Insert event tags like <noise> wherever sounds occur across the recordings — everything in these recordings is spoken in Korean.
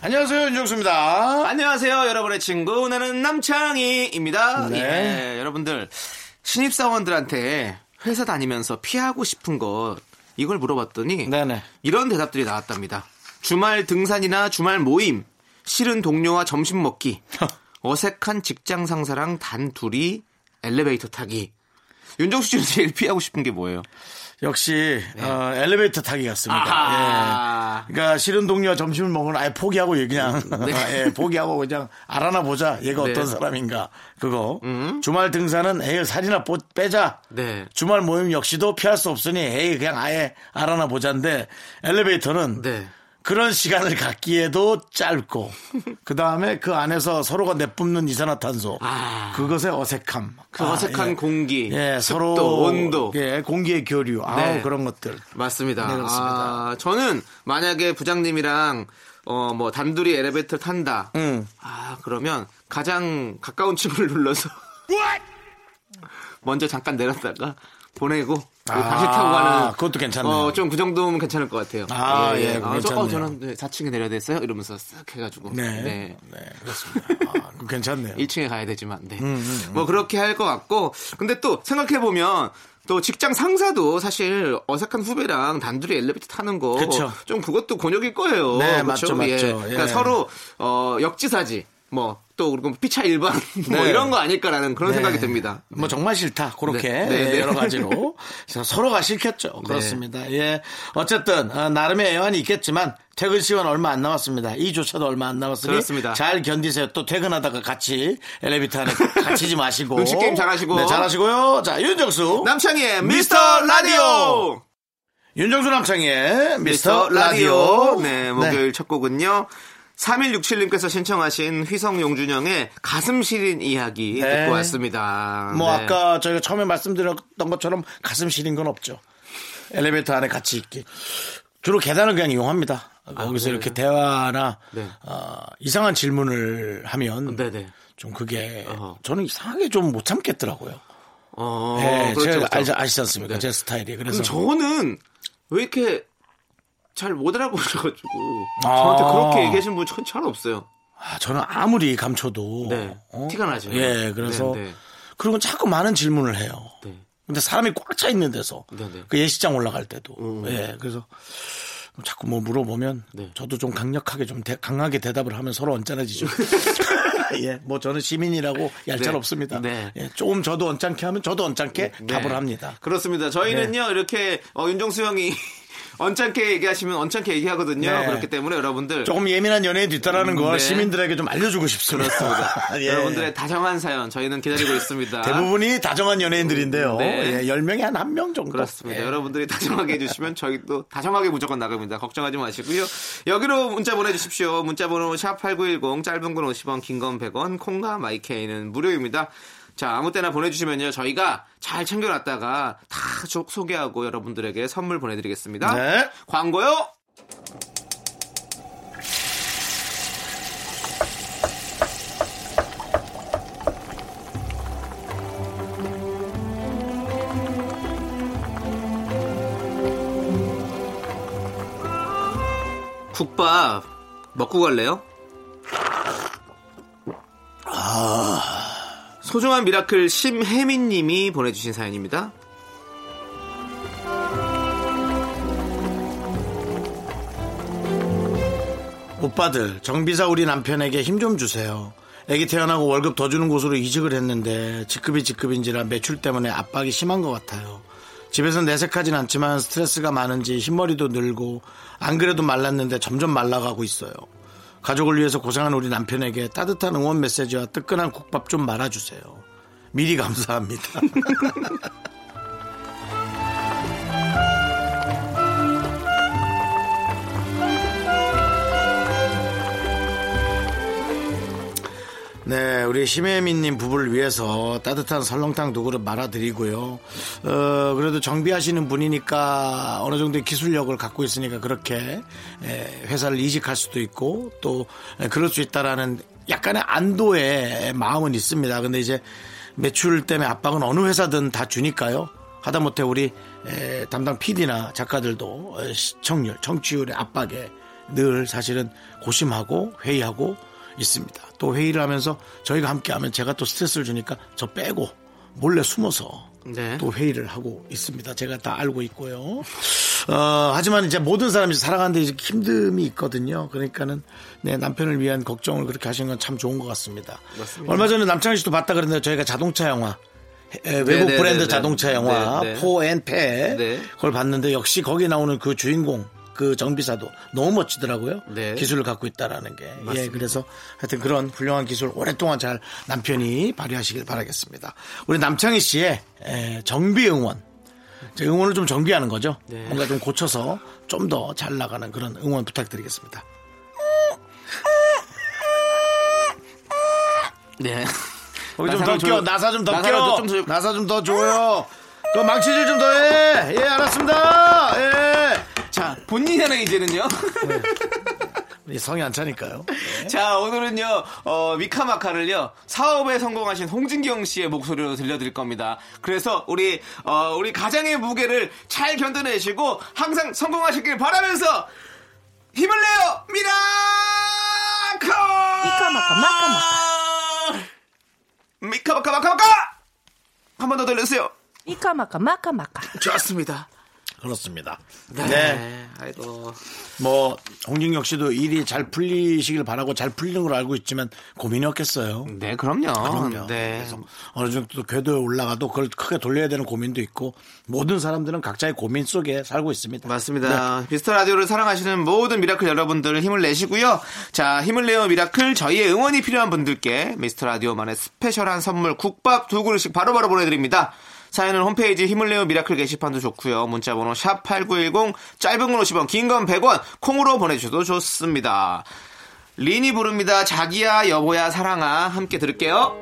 안녕하세요, 윤정수입니다. 안녕하세요, 여러분의 친구 나는 남창희입니다. 네. 예, 여러분들 신입 사원들한테 회사 다니면서 피하고 싶은 것 이걸 물어봤더니 네네. 이런 대답들이 나왔답니다. 주말 등산이나 주말 모임, 싫은 동료와 <laughs> 점심 먹기, 어색한 직장 상사랑 단 둘이 엘리베이터 타기. 윤정수 씨는 제일 피하고 싶은 게 뭐예요? 역시 어, 엘리베이터 타기 같습니다. 네. 아하. 예. 그러니까 싫은 동료와 점심을 먹으면 아예 포기하고 얘 그냥 네. <laughs> 예, 포기하고 그냥 알아나 보자. 얘가 네. 음. 어떤 사람인가. 그거. 주말 등산은 에이 살이나 뽀- 빼자. 네. 주말 모임 역시도 피할 수 없으니 에이 그냥 아예 알아나 보자인데 엘리베이터는 네. 그런 시간을 갖기에도 짧고 그 다음에 그 안에서 서로가 내뿜는 이산화탄소 아. 그것의 어색함 그 아, 어색한 예. 공기, 예, 서로 습도, 온도. 예, 공기의 교류, 아우 네. 그런 것들. 맞습니다. 네, 그렇습니다. 아, 저는 만약에 부장님이랑 어 뭐 단둘이 엘리베이터 탄다. 응. 아 그러면 가장 가까운 친구를 눌러서 먼저 잠깐 내렸다가 보내고 다시 아, 타고 가는 그것도 괜찮네요. 어, 좀 그 정도면 괜찮을 것 같아요. 아, 예, 그거 아, 저, 괜찮네요. 어, 저는 네, 4층에 내려야 됐어요. 이러면서 쓱 해가지고. 네, 네, 그렇습니다. 아, 그거 괜찮네요. 1층에 가야 되지만, 음, 네. 뭐 그렇게 할 것 같고, 근데 또 생각해보면, 또 직장 상사도 사실 어색한 후배랑 단둘이 엘리베이터 타는 거 그쵸. 좀 그것도 곤욕일 거예요. 네, 그쵸? 맞죠, 예. 맞죠. 그러니까 예. 서로 어, 역지사지, 뭐 또 그리고 피차 일반 <laughs> 뭐 네. 이런 거 아닐까라는 그런 네. 생각이 듭니다. 뭐 정말 싫다. 그렇게 네, 네, 예, 네. 여러 <laughs> 가지로 그래서 서로가 싫겠죠. 그렇습니다. 예, 어쨌든 어, 나름의 애환이 있겠지만 퇴근 시간 얼마 안 남았습니다. 이조차도 얼마 안 남았으니 그렇습니다. 잘 견디세요. 또 퇴근하다가 같이 엘리베이터 안에 <laughs> 갇히지 마시고 눈치 게임 잘하시고. 네, 잘하시고요. 자, 윤정수, 남창희의 미스터 라디오. 윤정수 남창의 미스터 미스터 라디오. 라디오. 네, 목요일 첫 곡은요. 3167님께서 신청하신 휘성 용준영의 가슴 시린 이야기 네. 듣고 왔습니다. 뭐 네. 아까 저희가 처음에 말씀드렸던 것처럼 가슴 시린 건 없죠. 엘리베이터 안에 같이 있기. 주로 계단을 그냥 이용합니다. 거기서 이렇게 대화나 아, 네. 어, 이상한 질문을 하면 네네. 좀 그게 어허. 저는 이상하게 좀 못 참겠더라고요. 어, 예, 그렇죠, 제가 그렇죠. 알지, 아시지 않습니까? 네. 제 스타일이. 그래서 근데 저는 왜 이렇게 잘 못 알아보셔가지고 <laughs> 아. 저한테 그렇게 얘기하신 분 전 잘 없어요. 아, 저는 아무리 감춰도 네, 어? 티가 나죠. 예, 그래서 네, 네. 그런 건 자꾸 많은 질문을 해요. 네. 근데 사람이 꽉 차 있는 데서 네, 네. 그 예식장 올라갈 때도 예 그래서 자꾸 뭐 물어보면 네. 저도 좀 강력하게 좀 대- 강하게 대답을 하면 서로 <laughs> 언짢아지죠. 예, 뭐 저는 시민이라고 얄짤 네. 없습니다. 네. 예, 조금 저도 언짢게 하면 저도 언짢게 답을 네. 합니다. 네. 그렇습니다. 저희는요 이렇게 어, 윤종수 형이 <laughs> 언짢게 얘기하시면 언짢게 얘기하거든요. 네. 그렇기 때문에 여러분들 조금 예민한 연예인도 있다라는 음, 걸 네. 시민들에게 좀 알려주고 싶습니다. <laughs> 그렇습니다. 예. 여러분들의 다정한 사연 저희는 기다리고 있습니다. 아. 대부분이 다정한 연예인들인데요. 네. 예, 10명이 한 1명 정도. 그렇습니다. 예. 여러분들이 다정하게 해주시면 저희도 다정하게 무조건 나갑니다. 걱정하지 마시고요. 여기로 문자 보내주십시오. 문자번호 샵8910 짧은 건 50원 긴 건 100원 콩과 마이케이는 무료입니다. 자 아무 때나 보내주시면요. 저희가 잘 챙겨놨다가 다 소- 소개하고 여러분들에게 선물 보내드리겠습니다. 네. 광고요. 국밥 먹고 갈래요? 아, 소중한 미라클 심혜민님이 보내주신 사연입니다. 오빠들 정비사 우리 남편에게 힘 좀 주세요. 애기 태어나고 월급 더 주는 곳으로 이직을 했는데 직급이 직급인지라 매출 때문에 압박이 심한 것 같아요. 집에서 내색하진 않지만 스트레스가 많은지 흰머리도 늘고 안 그래도 말랐는데 점점 말라가고 있어요. 가족을 위해서 고생한 우리 남편에게 따뜻한 응원 메시지와 뜨끈한 국밥 좀 말아주세요. 미리 감사합니다. 네, 우리 심혜민님 부부를 위해서 따뜻한 설렁탕 두 그릇 말아드리고요. 어, 그래도 정비하시는 분이니까 어느 정도의 기술력을 갖고 있으니까 그렇게 에, 회사를 이직할 수도 있고 또 에, 그럴 수 있다라는 약간의 안도의 마음은 있습니다. 근데 이제 매출 때문에 압박은 어느 회사든 다 주니까요. 하다못해 우리 에, 담당 PD나 작가들도 에, 시청률, 청취율의 압박에 늘 사실은 고심하고 회의하고 있습니다. 또 회의를 하면서 저희가 함께하면 제가 또 스트레스를 주니까 저 빼고 몰래 숨어서 네. 또 회의를 하고 있습니다. 제가 다 알고 있고요. 어, 하지만 이제 모든 사람이 살아가는데 이제 힘듦이 있거든요. 그러니까는 네, 남편을 위한 걱정을 그렇게 하시는 건 참 좋은 것 같습니다. 얼마 전에 남창희 씨도 봤다 그랬는데 저희가 자동차 영화 에, 외국 네, 네, 브랜드 네, 네. 자동차 영화 네, 네. 포앤패 네. 그걸 봤는데 역시 거기 나오는 그 주인공 그 정비사도 너무 멋지더라고요. 네. 기술을 갖고 있다라는 게. 예, 그래서 하여튼 그런 훌륭한 기술 오랫동안 잘 남편이 발휘하시길 바라겠습니다. 우리 남창희 씨의 에, 정비 응원. 이제 응원을 좀 정비하는 거죠. 네. 뭔가 좀 고쳐서 좀 더 잘 나가는 그런 응원 부탁드리겠습니다. 네. 거기 좀 나사가 더 껴, 좀- 나사 좀 더 나사가 껴, 좀 더- 나사 좀 더 줘요. 그 망치질 좀 더 해. 예, 알았습니다. 예. 자, 네. 본인이잖아요, 이제는요. 이 성이 안 차니까요. <laughs> 네. 자, 오늘은요, 어, 미카마카를요, 사업에 성공하신 홍진경 씨의 목소리로 들려드릴 겁니다. 그래서 우리, 어, 우리 가장의 무게를 잘 견뎌내시고, 항상 성공하시길 바라면서, 힘을 내요! 미라카! 미카마카, 마카마카. 미카마카, 마카마카! 한 번 더 들려주세요. 미카마카 마카마카. 좋습니다. 그렇습니다. 네. 네. 아이고. 뭐 홍진경 씨도 일이 잘 풀리시길 바라고 잘 풀리는 걸 알고 있지만 고민이 없겠어요. 네, 그럼요. 그럼요. 네. 그래서 어느 정도 또 궤도에 올라가도 그걸 크게 돌려야 되는 고민도 있고 모든 사람들은 각자의 고민 속에 살고 있습니다. 맞습니다. 비스터 라디오를 사랑하시는 모든 미라클 여러분들 힘을 내시고요. 자, 힘을 내요 미라클 저희의 응원이 필요한 분들께 미스터 라디오만의 스페셜한 선물 국밥 두 그릇씩 바로바로 보내드립니다. 사연은 홈페이지 힘을 내요 미라클 게시판도 좋고요. 문자번호 샵 #8910 짧은 건 50원, 긴 건 100원 콩으로 보내주셔도 좋습니다. 린이 부릅니다. 자기야 여보야 사랑아 함께 들을게요.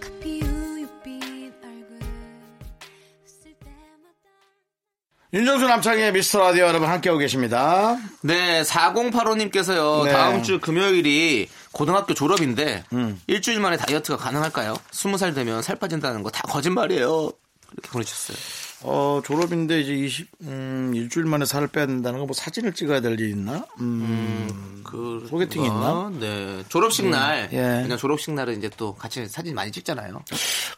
커피 우유빛 얼굴 웃을 때마다 윤정수 남창의 미스터 라디오 여러분 함께하고 계십니다. 네, 4085님께서요. 네. 다음 주 금요일이 고등학교 졸업인데 음. 일주일 만에 다이어트가 가능할까요? 20살 되면 살 빠진다는 거 다 거짓말이에요. 이렇게 보내주셨어요. 어, 졸업인데 이제 20, 음, 일주일 만에 살을 빼야 된다는 거 뭐 사진을 찍어야 될 일이 있나? 음, 그 소개팅이 있나? 네. 졸업식 날. 예. 그냥 졸업식 날은 이제 또 같이 사진 많이 찍잖아요.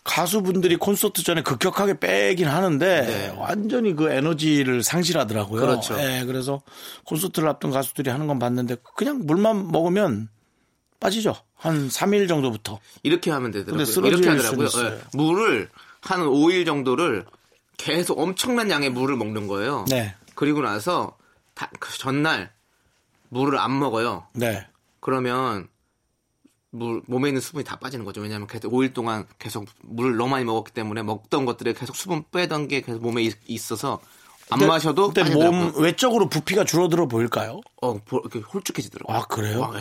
가수분들이 콘서트 전에 급격하게 빼긴 하는데 완전히 그 에너지를 상실하더라고요. 네. 그렇죠. 예, 그래서 콘서트를 앞둔 가수들이 하는 건 봤는데 그냥 물만 먹으면 빠지죠. 한 3일 정도부터. 이렇게 하면 되더라고요. 근데 쓰러질 이렇게 수는 하더라고요. 있어요. 예. 물을 한 5일 정도를 계속 엄청난 양의 물을 먹는 거예요. 네. 그리고 나서 다- 그 전날 물을 안 먹어요. 네. 그러면 물 몸에 있는 수분이 다 빠지는 거죠. 왜냐하면 계속 5일 동안 계속 물을 너무 많이 먹었기 때문에 먹던 것들에 계속 수분 빼던 게 계속 몸에 있, 있어서 안 그때- 마셔도 그때 빠지더라고요. 몸 외적으로 부피가 줄어들어 보일까요? 어 보- 이렇게 홀쭉해지더라고요. 아, 그래요? 와,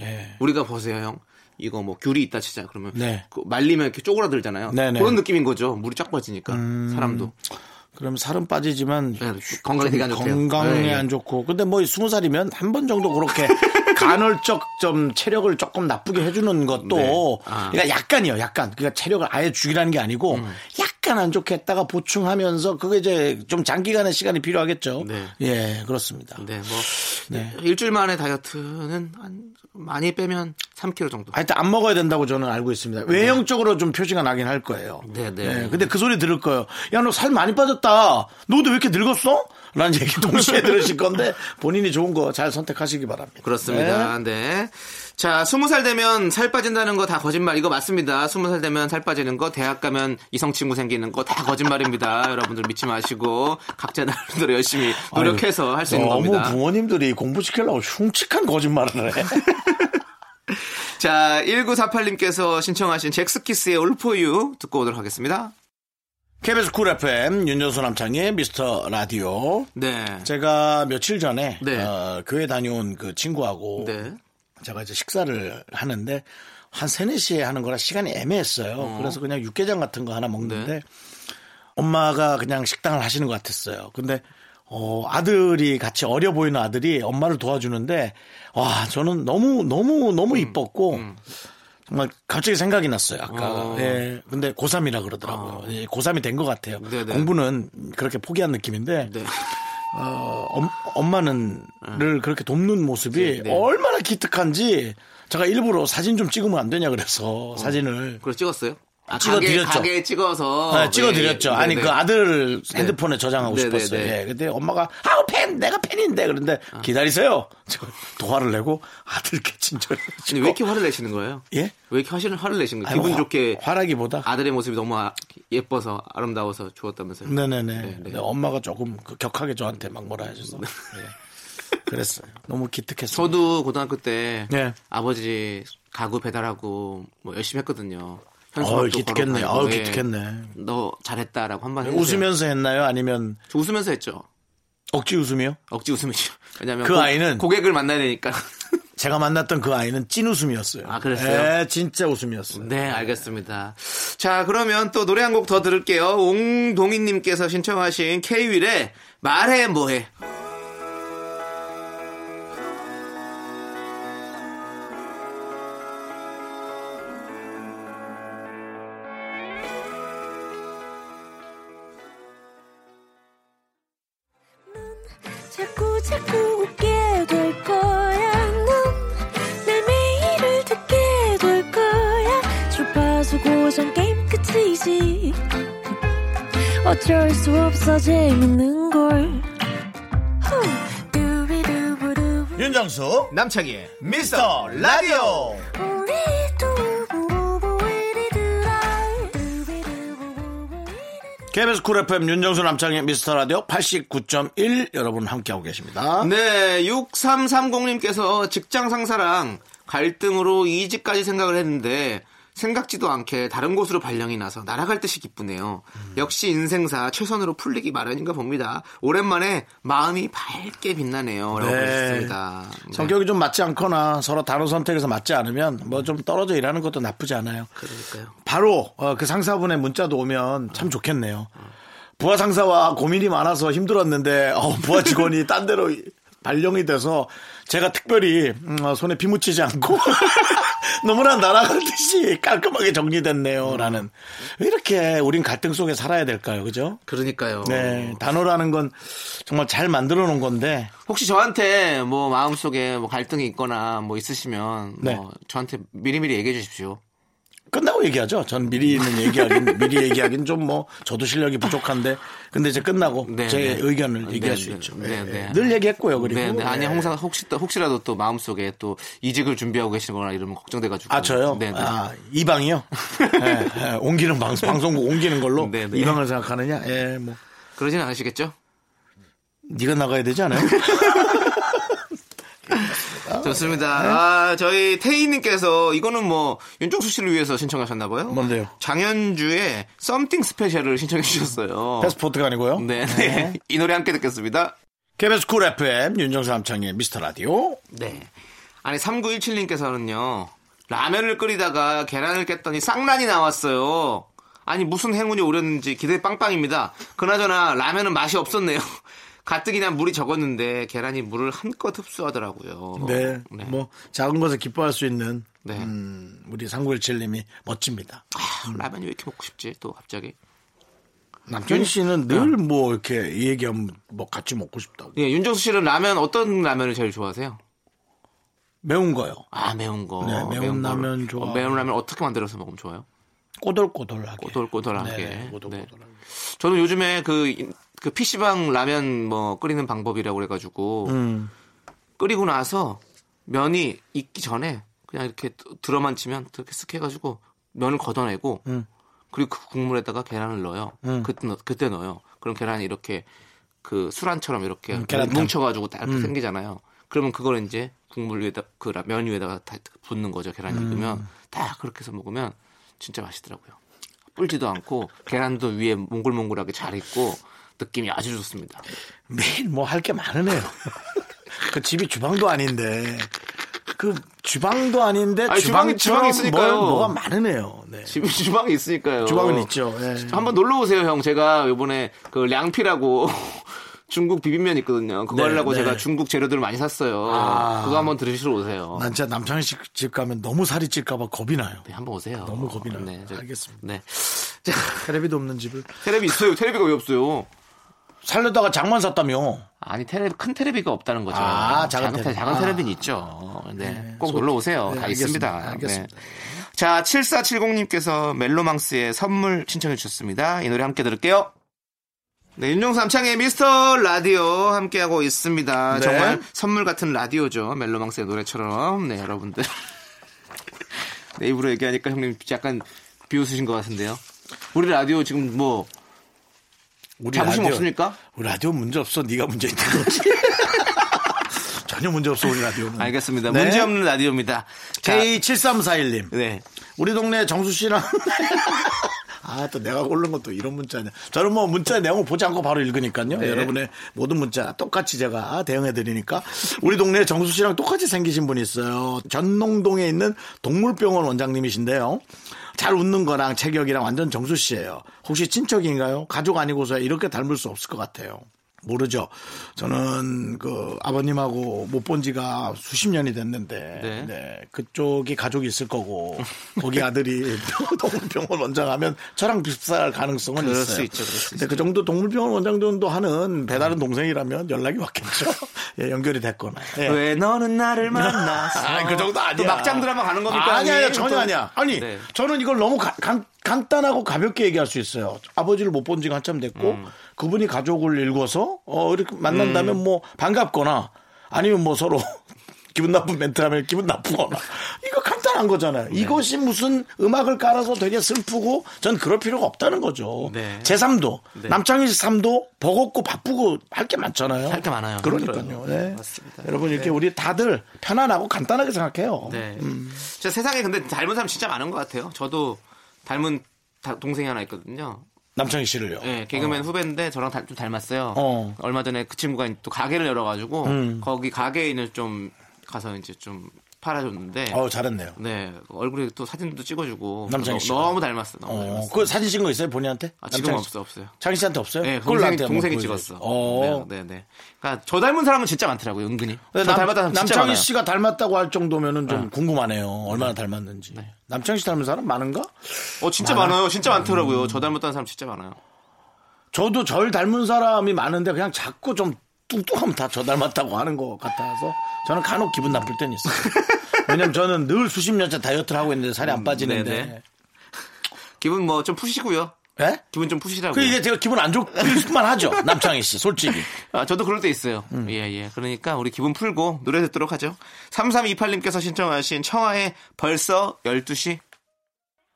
예. 우리가 보세요, 형. 이거 뭐 귤이 있다 치자. 그러면 네. 그 말리면 이렇게 쪼그라들잖아요. 네네. 음. 그런 느낌인 거죠. 물이 쫙 빠지니까 사람도 그럼 살은 빠지지만 네, 건강에 되게 안 좋대요. 건강에 네. 안 좋고 근데 뭐 스무 살이면 한 번 정도 <laughs> 그렇게 간헐적 좀 체력을 조금 나쁘게 해주는 것도 네. 아. 음. 그러니까 약간이요 약간 그러니까 체력을 아예 죽이라는 게 아니고 약간 안 좋게 했다가 보충하면서 그게 이제 좀 장기간의 시간이 필요하겠죠 네. 예 그렇습니다 네, 뭐 네. 일주일 만에 다이어트는 한 많이 빼면 3kg 정도. 하여튼 안 먹어야 된다고 저는 알고 있습니다. 외형적으로 좀 표시가 나긴 할 거예요. 네, 네. 예, 근데 그 소리 들을 거예요. 야, 너 살 많이 빠졌다. 너도 왜 이렇게 늙었어? 라는 얘기 <laughs> 동시에 들으실 건데 본인이 좋은 거 잘 선택하시기 바랍니다. 그렇습니다. 네. 자, 스무 살 되면 살 빠진다는 거 다 거짓말. 이거 맞습니다. 스무 살 되면 살 빠지는 거, 대학 가면 이성 친구 생기는 거 다 <laughs> 거짓말입니다. 여러분들 믿지 마시고 각자 나름대로 열심히 노력해서 할 수 있는 너무 <laughs> 겁니다. 부모님들이 공부시키려고 흉측한 거짓말을 해. 자, 1948님께서 신청하신 잭스키스의 올포유 듣고 오도록 하겠습니다. KBS 쿨 FM 윤정수 남창의 미스터 라디오. 네. 제가 며칠 전에 네. 어, 교회 다녀온 그 친구하고 네. 제가 이제 식사를 하는데 한 3, 4시에 하는 거라 시간이 애매했어요. 그래서 그냥 육개장 같은 거 하나 먹는데 네. 엄마가 그냥 식당을 하시는 것 같았어요. 근데 어, 아들이 같이 어려 보이는 아들이 엄마를 도와주는데 와 저는 너무 너무 음. 너무 이뻤고 정말 갑자기 생각이 났어요. 아까 어. 예, 근데 고3이라 그러더라고요. 예, 고3이 된 것 같아요. 네네. 공부는 그렇게 포기한 느낌인데 네. 어, 엄, 엄마는 를 그렇게 돕는 모습이 네, 네. 얼마나 기특한지 제가 일부러 사진 좀 찍으면 안 되냐 그래서 어. 사진을 그걸 찍었어요? 아, 찍어드렸죠. 가게, 가게에 찍어서. 네, 찍어드렸죠. 예, 예. 아니 네, 그 네. 아들 핸드폰에 저장하고 네, 싶었어요. 네, 아. 네. 예, 근데 엄마가 아우 팬 내가 팬인데 그런데 기다리세요. 제가 도화를 내고 아들께 친절해. 근데 왜 이렇게 화를 내시는 거예요? 예? 왜 이렇게 화시는 화를 내신 거예요? 기분 좋게 화라기보다 아들의 모습이 너무 아- 예뻐서 아름다워서 좋았다면서요? 네네네. 네. 근데 엄마가 조금 그 격하게 저한테 막 뭐라 하셔서 예. 그랬어요. 너무 기특했어요. 저도 고등학교 때 네. 아버지 가구 배달하고 뭐 열심히 했거든요. 현수막도 어우 기특했네. 걸어가고, 어우 예. 기특했네. 너 잘했다라고 한 번 했는데 웃으면서 했나요? 아니면 저 웃으면서 했죠. 억지 웃음이요? 억지 웃음이죠. <laughs> 왜냐면 그 고- 아이는- 고객을 만나야 되니까. <laughs> 제가 만났던 그 아이는 찐 웃음이었어요. 아, 그랬어요? 예, 진짜 웃음이었어요. 네, 알겠습니다. 자, 그러면 또 노래 한 곡 더 들을게요. 옹동희님께서 신청하신 K-윌의 말해 뭐해. 자꾸 자꾸 웃게 될 거야. 넌내 매일을 듣게 될 거야. 주파수 고정 게임 끝이지. 어쩔 수 없어 재밌는 걸. 후. 두비두부두. 윤정수 남창희의 미스터 라디오 우리 두부부부 우리들아. 두비두부부부 우리들아. KBS 쿨 FM 윤정수 남창의 미스터 라디오 89.1 여러분 함께하고 계십니다. 네, 6330님께서 직장 상사랑 갈등으로 이직까지 생각을 했는데 생각지도 않게 다른 곳으로 발령이 나서 날아갈 듯이 기쁘네요. 역시 인생사 최선으로 풀리기 마련인가 봅니다. 오랜만에 마음이 밝게 빛나네요. 라고 네. 하셨습니다. 네. 성격이 좀 맞지 않거나 서로 다른 선택에서 맞지 않으면 뭐 좀 떨어져 일하는 것도 나쁘지 않아요. 그러니까요. 바로 어, 그 상사분의 문자도 오면 참 좋겠네요. 부하 상사와 고민이 많아서 힘들었는데 어, 부하 직원이 딴 데로 발령이 돼서 제가 특별히 음, 어, 손에 피 묻히지 않고 <laughs> 너무나 날아갈 듯이 깔끔하게 정리됐네요라는 왜 이렇게 우린 갈등 속에 살아야 될까요, 그죠? 그러니까요. 네 단어라는 건 정말 잘 만들어 놓은 건데 혹시 저한테 뭐 마음속에 뭐 갈등이 있거나 뭐 있으시면 네. 뭐 저한테 미리미리 얘기해 주십시오. 끝나고 얘기하죠. 전 미리 있는 <laughs> 얘기하긴 미리 얘기하긴 좀 뭐 저도 실력이 부족한데 근데 이제 끝나고 네, 제 네. 의견을 네, 얘기할 네, 수 있죠. 네, 예, 네. 예. 늘 얘기했고요. 그리고 네, 네. 아니 예. 항상 혹시 혹시라도 또 마음속에 또 이직을 준비하고 계시거나 이러면 걱정돼 가지고. 아 저요. 네, 네. 아 <laughs> 이방이요. 예, 예. 옮기는 방송 방송국 옮기는 걸로 네, 네. 이방을 생각하느냐. 예, 뭐 그러진 않으시겠죠? 네가 나가야 되지 않아요? 좋습니다. 네. 아, 저희 태희님께서 이거는 뭐 윤종수 씨를 위해서 신청하셨나봐요. 뭔데요? 장현주의 썸띵 스페셜을 신청해 <laughs> 주셨어요. 패스포트가 아니고요. 네, 네. 이 노래 함께 듣겠습니다. KBS 쿨 FM 윤정수 남창의 미스터 라디오. 네. 아니 3917님께서는요. 라면을 끓이다가 계란을 깼더니 쌍란이 나왔어요. 아니 무슨 행운이 오렸는지 기대 빵빵입니다. 그나저나 라면은 맛이 없었네요. <laughs> 가뜩이나 물이 적었는데 계란이 물을 한껏 흡수하더라고요. 네, 뭐 작은 것에 기뻐할 수 있는 네. 음, 우리 3917님이 멋집니다. 아, 라면이 왜 이렇게 먹고 싶지? 또 갑자기. 그, 남편 씨는 어. 늘 뭐 이렇게 이 얘기하면 뭐 같이 먹고 싶다고. 예, 윤정수 씨는 라면 어떤 라면을 제일 좋아하세요? 매운 거요. 아 매운 거. 네, 매운 거를. 라면 좋아. 어, 매운 라면 어떻게 만들어서 먹으면 좋아요? 꼬들꼬들하게. 꼬들꼬들하게. 네, 꼬들꼬들하게. 저는 요즘에 그, 인- 그 PC방 라면 뭐 끓이는 방법이라고 그래가지고 음. 끓이고 나서 면이 익기 전에 그냥 이렇게 드- 들어만 치면 이렇게 쓱 해가지고 면을 걷어내고 그리고 그 국물에다가 계란을 넣어요. 그때, 넣, 그때 넣어요. 그럼 계란이 이렇게 그 술안처럼 이렇게 계란탕. 뭉쳐가지고 딱 이렇게 생기잖아요. 그러면 그걸 이제 국물 위에다 그 면 위에다가 다 붓는 거죠. 계란 익으면 다 그렇게 해서 먹으면 진짜 맛있더라고요. 불지도 않고 계란도 위에 몽글몽글하게 잘 익고 느낌이 아주 좋습니다. 매일 뭐 할 게 많으네요. <laughs> 그 집이 주방도 아닌데 그 주방도 아닌데 아니, 주방이- 주방이 주방처럼 있으니까요. 뭐, 뭐가 많으네요. 네. 집이 <laughs> 주방이 있으니까요. 주방은 있죠. 예. 네. 한번 놀러 오세요, 형. 제가 요번에 그 량피라고 <laughs> 중국 비빔면 있거든요. 그거 네, 하려고 네. 제가 중국 재료들 을 많이 샀어요. 아. 그거 한번 들으시러 오세요. 난 진짜 남창희 씨집 가면 너무 살이 찔까봐 겁이 <laughs> 나요. 네, 한번 오세요. 너무 겁이 나요. 저- 알겠습니다. 네. 테레비도 없는 집을 테레비 있어요. 테레비가 왜 없어요? 살려다가 장만 샀다며. 아니, 테레비, 큰 테레비가 없다는 거죠. 아, 작은 테- 테레비. 작은 아. 테레비는 있죠. 네. 꼭 소- 놀러 오세요. 네, 다 알겠습니다. 있습니다. 알겠습니다. 네. 자, 7470님께서 멜로망스의 선물 신청해 주셨습니다. 이 노래 함께 들을게요. 네, 윤종수 남창의 미스터 라디오 함께하고 있습니다. 네. 정말 선물 같은 라디오죠. 멜로망스의 노래처럼. 네, 여러분들. <laughs> 네, 입으로 얘기하니까 형님 약간 비웃으신 것 같은데요. 우리 라디오 지금 뭐, 우리 자부심 없습니까? 우리 라디오 문제 없어. 네가 문제 있는 <laughs> 거지. 전혀 문제 없어 우리 라디오는. 알겠습니다. 네. 문제 없는 라디오입니다. 자, K7341님. 네. 우리 동네 정수 씨랑 <laughs> 아 또 내가 고른 것도 이런 문자냐. 저는 뭐 문자 내용을 보지 않고 바로 읽으니까요. 여러분의 모든 문자 똑같이 제가 대응해 드리니까 우리 동네 정수 씨랑 똑같이 생기신 분이 있어요. 전농동에 있는 동물병원 원장님이신데요. 잘 웃는 거랑 체격이랑 완전 정수 씨예요. 혹시 친척인가요? 가족 아니고서야 이렇게 닮을 수 없을 것 같아요. 모르죠. 저는 그 아버님하고 못 본 지가 수십 년이 됐는데 네. 네, 그쪽이 가족이 있을 거고 거기 아들이 <laughs> 동물병원 원장하면 저랑 비슷할 가능성은 그럴 있어요. 수 있죠, 그럴 수 근데 그 정도 동물병원 원장 정도 하는 배다른 동생이라면 연락이 왔겠죠. <laughs> 예, 연결이 됐거나. 예. 왜 너는 나를 만났어? <laughs> 아니, 그 정도 아니야. 또 막장 드라마 가는 겁니까? 아니, 아니, 형님? 전혀 또- 아니야. 아니, 네. 저는 이걸 너무 가- 간, 간단하고 가볍게 얘기할 수 있어요. 아버지를 못 본 지가 한참 됐고, 그분이 가족을 일궈서, 어, 이렇게 만난다면 뭐, 반갑거나, 아니면 뭐 서로, <laughs> 기분 나쁜 멘트 하면 기분 나쁘거나. 이거 간단한 거잖아요. 이것이 무슨 음악을 깔아서 되게 슬프고, 전 그럴 필요가 없다는 거죠. 네. 제 삶도, 네. 남창희 씨 삶도 버겁고 바쁘고 할 게 많잖아요. 할게 많아요. 그러니까요. 힘들어요. 네. 맞습니다. 여러분 이렇게 우리 다들 편안하고 간단하게 생각해요. 음, 네. 진짜 세상에 근데 닮은 사람 진짜 많은 것 같아요. 저도 닮은 다- 동생이 하나 있거든요. 남창희 씨를요. 네, 개그맨 후배인데 저랑 닮- 좀 닮았어요. 어. 음. 얼마 전에 그 친구가 또 가게를 열어가지고 거기 가게에 있는 좀 가서 이제 좀 팔아줬는데 어 잘했네요. 네 얼굴에 또 사진도 찍어주고 남창희 씨가? 너, 너무 닮았어. 너무 어, 닮았어. 그 사진 찍은 거 있어요 본인한테? 아, 지금 남창희 씨? 없어 없어요. 창희 씨한테 없어요? 네, 그걸 동생이, 나한테 한번 동생이 보여줘요. 찍었어. 어. 네, 네, 네. 그러니까 저 닮은 사람은 진짜 많더라고요, 은근히. 저 근데 네, 남, 닮았다 사람 진짜 많아요. 남창희 씨가 닮았다고 할 정도면은 좀 궁금하네요. 얼마나 닮았는지. 네. 남창희 씨 닮은 사람 많은가? 어, 진짜 많아요. 음. 진짜 많더라고요. 저 닮았다는 사람 진짜 많아요. 저도 절 닮은 사람이 많은데 그냥 자꾸 좀 뚱뚱하면 다 저 닮았다고 하는 것 같아서 저는 간혹 기분 나쁠 땐 있어요. <laughs> 왜냐면 저는 늘 수십 년째 다이어트를 하고 있는데 살이 안 빠지는데. 음, 네네. 네. 기분 뭐 좀 푸시고요. 예? 기분 좀 푸시라고. 그 이게 제가 기분 안 좋을만 <laughs> 하죠. 남창희 씨, 솔직히. 아, 저도 그럴 때 있어요. 예, 예. 그러니까 우리 기분 풀고 노래 듣도록 하죠. 3328님께서 신청하신 청하의 벌써 12시.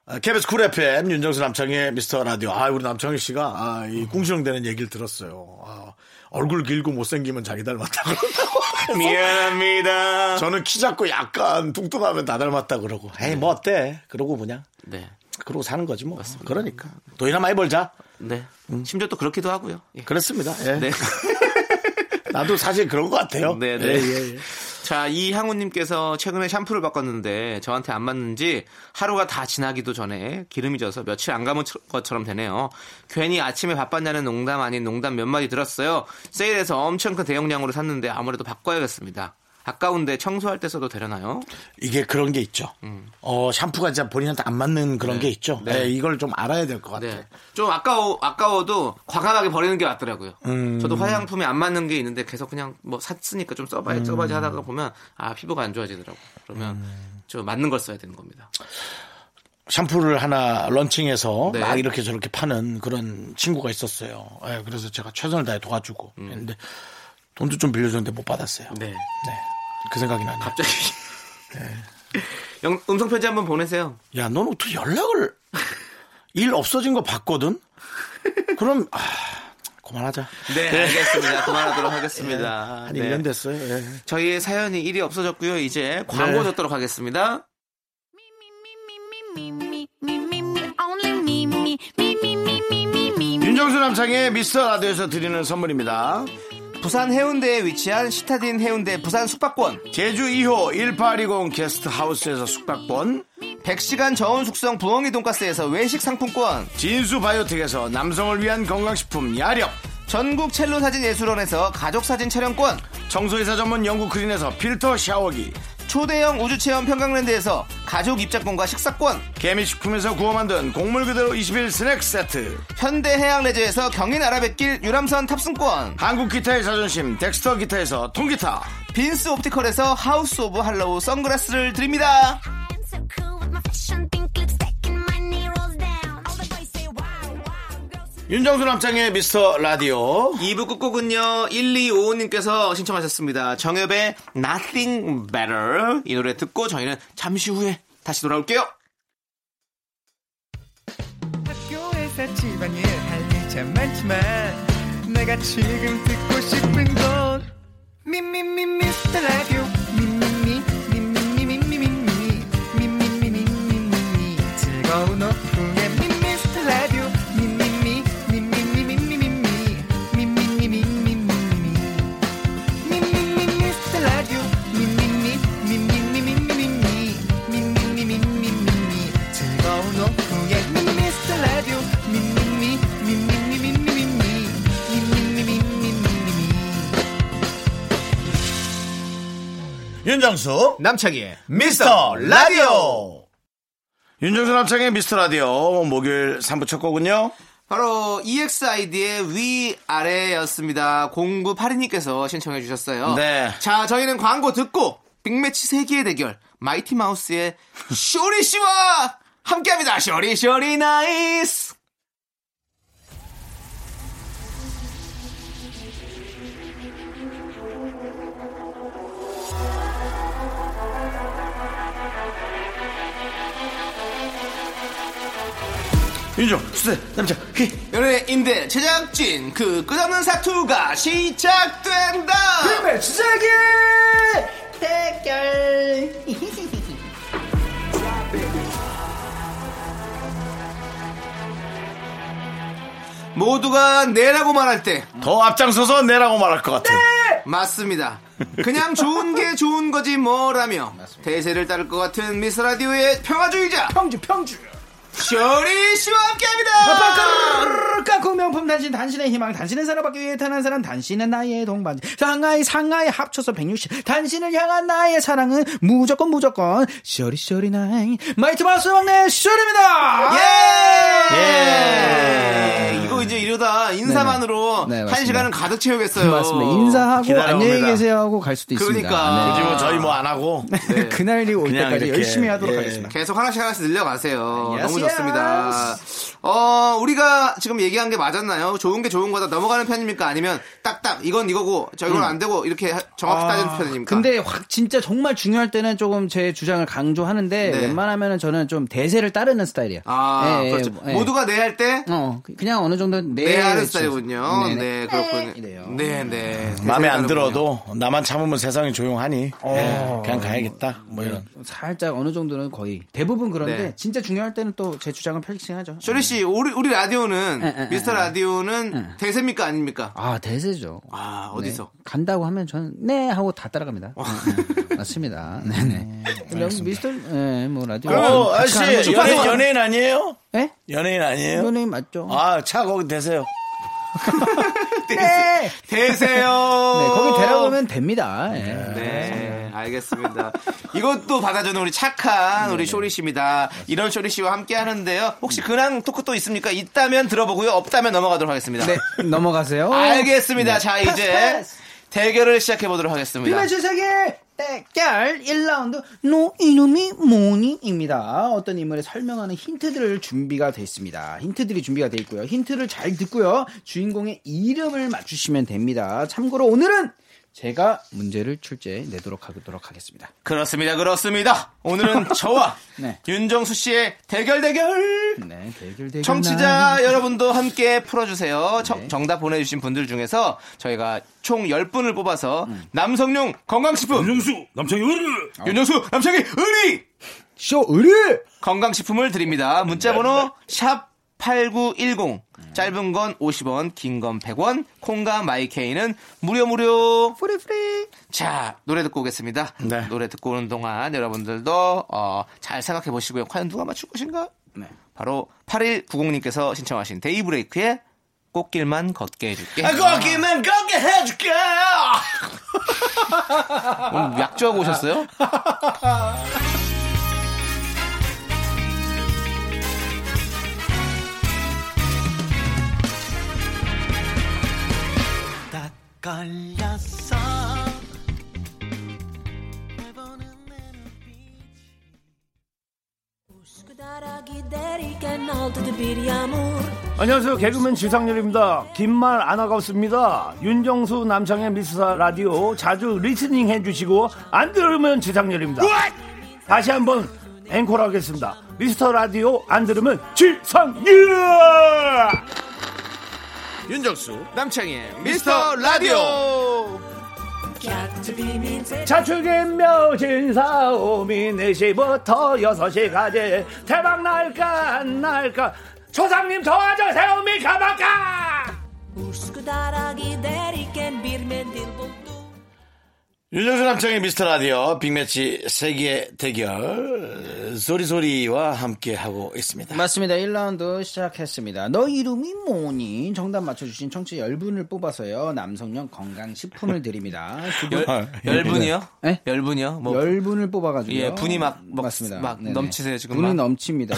아, KBS 쿨 FM 윤정수 남창희의 미스터 라디오. 아 우리 남창희 씨가 아, 이 궁시렁대는 얘기를 들었어요. 아, 얼굴 길고 못생기면 자기 닮았다 그러고. <laughs> 미안합니다. 저는 키 작고 약간 뚱뚱하면 다 닮았다 그러고. 에이 뭐 어때? 그러고 그냥 네. 그러고 사는 거지 뭐. 그러니까 돈이나 많이 벌자. 네. 심지어 또 그렇기도 하고요. 예. 그렇습니다. 예. 네. <laughs> 나도 사실 그런 것 같아요. 네, 네. 예, 예, 예. 자, 이향우님께서 최근에 샴푸를 바꿨는데 저한테 안 맞는지 하루가 다 지나기도 전에 기름이 져서 며칠 안 감은 처- 것처럼 되네요. 괜히 아침에 바빴냐는 농담 아닌 농담 몇 마디 들었어요. 세일해서 엄청 큰 대용량으로 샀는데 아무래도 바꿔야겠습니다. 아까운데 청소할 때 써도 되려나요? 이게 그런 게 있죠. 어 샴푸가 진짜 본인한테 안 맞는 그런 게 있죠. 음. 네. 예, 이걸 좀 알아야 될 것 같아요. 네. 좀 아까워, 아까워도 과감하게 버리는 게 맞더라고요. 음. 저도 화장품이 안 맞는 게 있는데 계속 그냥 뭐 샀으니까 좀 음. 써봐야지, 써봐야지 하다가 보면 아, 피부가 안 좋아지더라고. 그러면 음. 좀 맞는 걸 써야 되는 겁니다. 샴푸를 하나 런칭해서 네. 막 이렇게 저렇게 파는 그런 친구가 있었어요. 예, 그래서 제가 최선을 다해 도와주고 했는데 돈도 좀 빌려줬는데 못 받았어요. 네. 음. 네. 그 생각이 나네요. 갑자기. 네. <laughs> 영, 음성 편지 한번 보내세요. 야, 넌 어떻게 <laughs> 연락을 일 없어진 거 봤거든? 그럼 아, 그만하자. 네, 알겠습니다. <laughs> 그만하도록 하겠습니다. 한 네. 1년 됐어요. 예. 저희의 사연이 일이 없어졌고요. 이제 광고 네. 듣도록 하겠습니다. 윤정수 남창의 미스터 라디오에서 드리는 선물입니다. 부산 해운대에 위치한 시타딘 해운대 부산 숙박권, 제주 2호 1820 게스트 하우스에서 숙박권, 100시간 저온 숙성 부엉이 돈가스에서 외식 상품권, 진수 바이오텍에서 남성을 위한 건강식품 야력, 전국 첼로 사진 예술원에서 가족 사진 촬영권, 청소이사 전문 영국 크린에서 필터 샤워기, 초대형 우주 체험 평강랜드에서 가족 입장권과 식사권, 개미식품에서 구워 만든 곡물 그대로 21 스낵 세트, 현대 해양 레저에서 경인 아라뱃길 유람선 탑승권, 한국 기타의 자존심 덱스터 기타에서 통기타, 빈스 옵티컬에서 하우스 오브 할로우 선글라스를 드립니다. I'm so cool with my fashion pink lipstick and my knee rolls down. All the boys say wow, wow, girls 윤정수 남창의 미스터 라디오. 2부 끝곡은요 1255님께서 신청하셨습니다 정엽의 Nothing Better 이 노래 듣고 저희는 잠시 후에 다시 돌아올게요 학교에서 집안일 할 일 참 많지만 내가 지금 듣고 싶은 건 미미미 미스터 라디오 미미미 미미미미미미 미미미미미미 즐거운 오후에 미스터 라디오 미미미 미미미미미미 미미미미미미미 미미미 미스터 라디오 미미미 미미미미미미 미미미미미미 즐거운 오후에 미스터 라디오 미미미 미미미미미미 미미미미미미미 윤정수 남창희의 미스터 라디오. 윤정수 남창의 미스터 라디오 목요일 3부 첫 곡은요. 바로 E EXID의 위아래였습니다 0982님께서 신청해 주셨어요 네. 자 저희는 광고 듣고 빅매치 세기의 대결 마이티 마우스의 쇼리씨와 함께합니다 쇼리 쇼리 나이스 윤정수 남창 휘. 연예인대 제작진 그 끝없는 사투가 시작된다. 주작의 대결 모두가 내라고 말할 때 더 앞장서서 내라고 말할 것 같은. 맞습니다. 그냥 좋은 게 좋은 거지 뭐라며 대세를 따를 것 같은 미스 라디오의 평화주의자 평주 평주 쇼리 씨와 함께합니다. 까꿍 명품 단신 단신의 희망 단신의 사랑받기 위해 태어난 사람 단신은 나의 동반자 상하이 상하이 합쳐서 160 단신을 향한 나의 사랑은 무조건 무조건 쇼리 쇼리 나이 마이트 마우스 막내 쇼리입니다 예! 이거 이제 이러다 인사만으로 네, 맞습니다. 네, 한 시간은 가득 채우겠어요. 맞습니다 인사하고 기다려옵니다. 안녕히 계세요 하고 갈 수도 있습니다 그러니까. 네. 굳이 뭐 저희 뭐 안 하고. <laughs> 그날이 올 그냥 때까지 이렇게, 열심히 하도록 예. 하겠습니다 네, 계속 하나씩 하나씩 늘려가세요. 아, Yes, 너무 좋습니다. 어, 우리가 지금 얘기한 게 맞았나요? 좋은 게 좋은 거다 넘어가는 편입니까? 아니면 딱딱 이건 이거고 저건 안 되고 이렇게 하- 정확히 따지는 편입니까? 음. 아, 근데 확 진짜 정말 중요할 때는 조금 제 주장을 강조하는데 네. 웬만하면은 저는 좀 대세를 따르는 스타일이에요. 아, 예, 예, 그렇죠. 예. 모두가 내 할 때. 어 그- 그냥 어느 정도 내 내 하는 외치고. 스타일이군요. 네네. 네, 그렇군요. 이래요. 네, 네. 마음에 안 들어도 나만 참으면 세상이 조용하니 예, 그냥 가야겠다 뭐 이런 살짝 어느 정도는 거의 대부분 그런데 네. 진짜 중요할 때는 또 제 주장을 펼칭하죠. 쇼리 씨, 우리 우리 라디오는 예, 예, 미스터 예. 라디오는 대세입니까 아닙니까? 아 대세죠. 아, 네. 어디서? 간다고 하면 저는 네 하고 다 따라갑니다. 네, 네. 맞습니다. 음, 네네. 그럼 미스터 예, 뭐 라디오 어, 같이 하는 거 아저씨 좋아요. 연예인, 연예인 아니에요? 예? 연예인 아니에요? 연예인 맞죠? 아 차 거기 대세요 네. 대세요. 네, 거기 데려오면 됩니다. 예. 어. 네, 알겠습니다. 이것도 받아주는 우리 착한 네. 우리 쇼리 씨입니다. 이런 쇼리 씨와 함께 하는데요. 혹시 근황 토크 또 있습니까? 있다면 들어보고요. 없다면 넘어가도록 하겠습니다. 네, 넘어가세요. 알겠습니다. 자, 패스, 이제 패스. 대결을 시작해 보도록 하겠습니다. 비매치 세계 대결 1라운드 노 이놈이 뭐니입니다. 어떤 인물의 설명하는 힌트들을 준비가 되어 있습니다. 힌트들이 준비가 되어 있고요. 힌트를 잘 듣고요. 주인공의 이름을 맞추시면 됩니다. 참고로 오늘은 제가 문제를 출제 내도록 하도록 하겠습니다. 그렇습니다, 그렇습니다. 오늘은 저와 <laughs> 네. 윤정수 씨의 대결 대결. 네, 대결 대결. 청취자 여러분도 함께 풀어주세요. 청- 정답 보내주신 분들 중에서 저희가 총 10분을 뽑아서 남성용 건강식품, 어. 윤정수 남창희 으르 윤정수, 남창희, 의리! 쇼 의뢰. 건강식품을 드립니다. 문자번호 샵 8910. 짧은 건 50원, 긴 건 100원, 콩과 마이케이는 무료 무료. 프리 프리. 자, 노래 듣고 오겠습니다. 네. 노래 듣고 오는 동안 여러분들도 어, 잘 생각해 보시고요. 과연 누가 맞출 것인가? 네. 바로 8190님께서 신청하신 데이브레이크의 꽃길만 걷게 해줄게. 아, 거기만 거기 해줄게. 아, 오늘 약주하고 오셨어요? 안녕하세요. 개그맨 지상렬입니다. 긴 말 안 아깝습니다. 윤정수 남창의 미스터 라디오 자주 리스닝 해주시고 안 들으면 지상렬입니다. 다시 한번 앵콜 하겠습니다. 미스터 라디오 안 들으면 지상렬! 윤정수 남창희의 미스터 라디오. 자축의 묘진 사오미 4시부터 6시까지 대박 날까 안 날까 조상님 도와줘 세오미 가봐가 윤정수 남창의 미스터 라디오 빅매치 세계 대결 소리소리와 함께 하고 있습니다. 맞습니다. 1라운드 시작했습니다. 너 이름이 뭐니? 정답 맞춰주신 청취 10분을 뽑아서요. 남성용 <laughs> 건강식품을 드립니다. 열, 열분이요? 아, 네? 열분이요? 뭐 10분을 뽑아가지고. 예, 분이 막- 막- 맞습니다. 막 넘치세요, 지금 분이 막. 넘칩니다.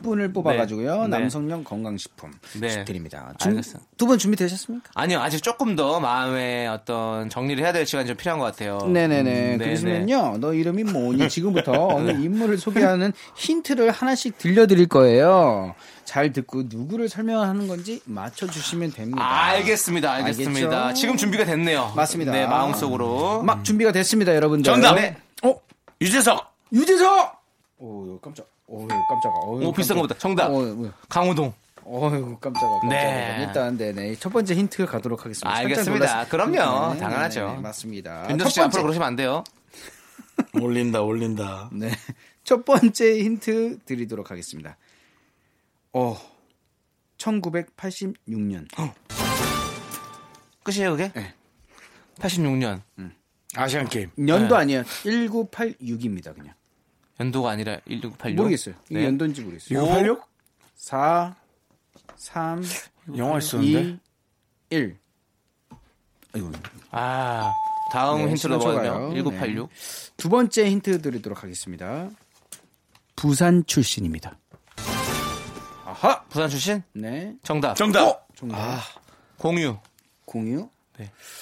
<laughs> 10분을 뽑아가지고요. 네. 남성용 건강식품 네. 드립니다. 알겠어요. 두분 준비되셨습니까? 아니요, 아직 조금 더 마음의 어떤 정리를 해야 될 시간이 좀 필요한 것 같아요. 네네네. 음, 네, 네. 그러시면요. 너 이름이 뭐니? <laughs> 지금부터 어느 인물을 소개하는 힌트를 하나씩 들려드릴 거예요. 잘 듣고 누구를 설명하는 건지 맞춰주시면 됩니다. 아, 알겠습니다, 알겠습니다. 알겠죠? 지금 준비가 됐네요. 맞습니다. 네, 마음속으로. 막 준비가 됐습니다, 여러분들. 정답! 네. 어? 유재석! 유재석! 오, 깜짝. 오, 깜짝아. 오, 비싼 것보다. 정답! 어, 뭐야. 강호동. 어휴, 깜짝아. 깜짝아. 네. 일단, 네네. 첫 번째 힌트 가도록 하겠습니다. 알겠습니다. 깜짝 놀랐어요. 네, 그럼요. 당연하죠. 맞습니다. 윤정수 씨 아, 첫 번째- 앞으로 그러시면 안 돼요. 올린다 올린다. 네. 첫 번째 힌트 드리도록 하겠습니다. 어, 1986년. 끝이에요, 그게? 네. 86년. 아시안 게임. 네. 연도 아니에요. 1986입니다, 그냥. 연도가 아니라 1986. 모르겠어요. 이게 네. 연도인지 모르겠어요. 86? 4, 3, 영화 있었는데. 2, 1. 아이고. 아, 다음 네, 힌트로 시간 넘어가요. 초과요. 1986. 두 번째 힌트 드리도록 하겠습니다. 부산 출신입니다. 아하! 부산 출신? 네. 정답. 정답. 정답. 공유. 공유?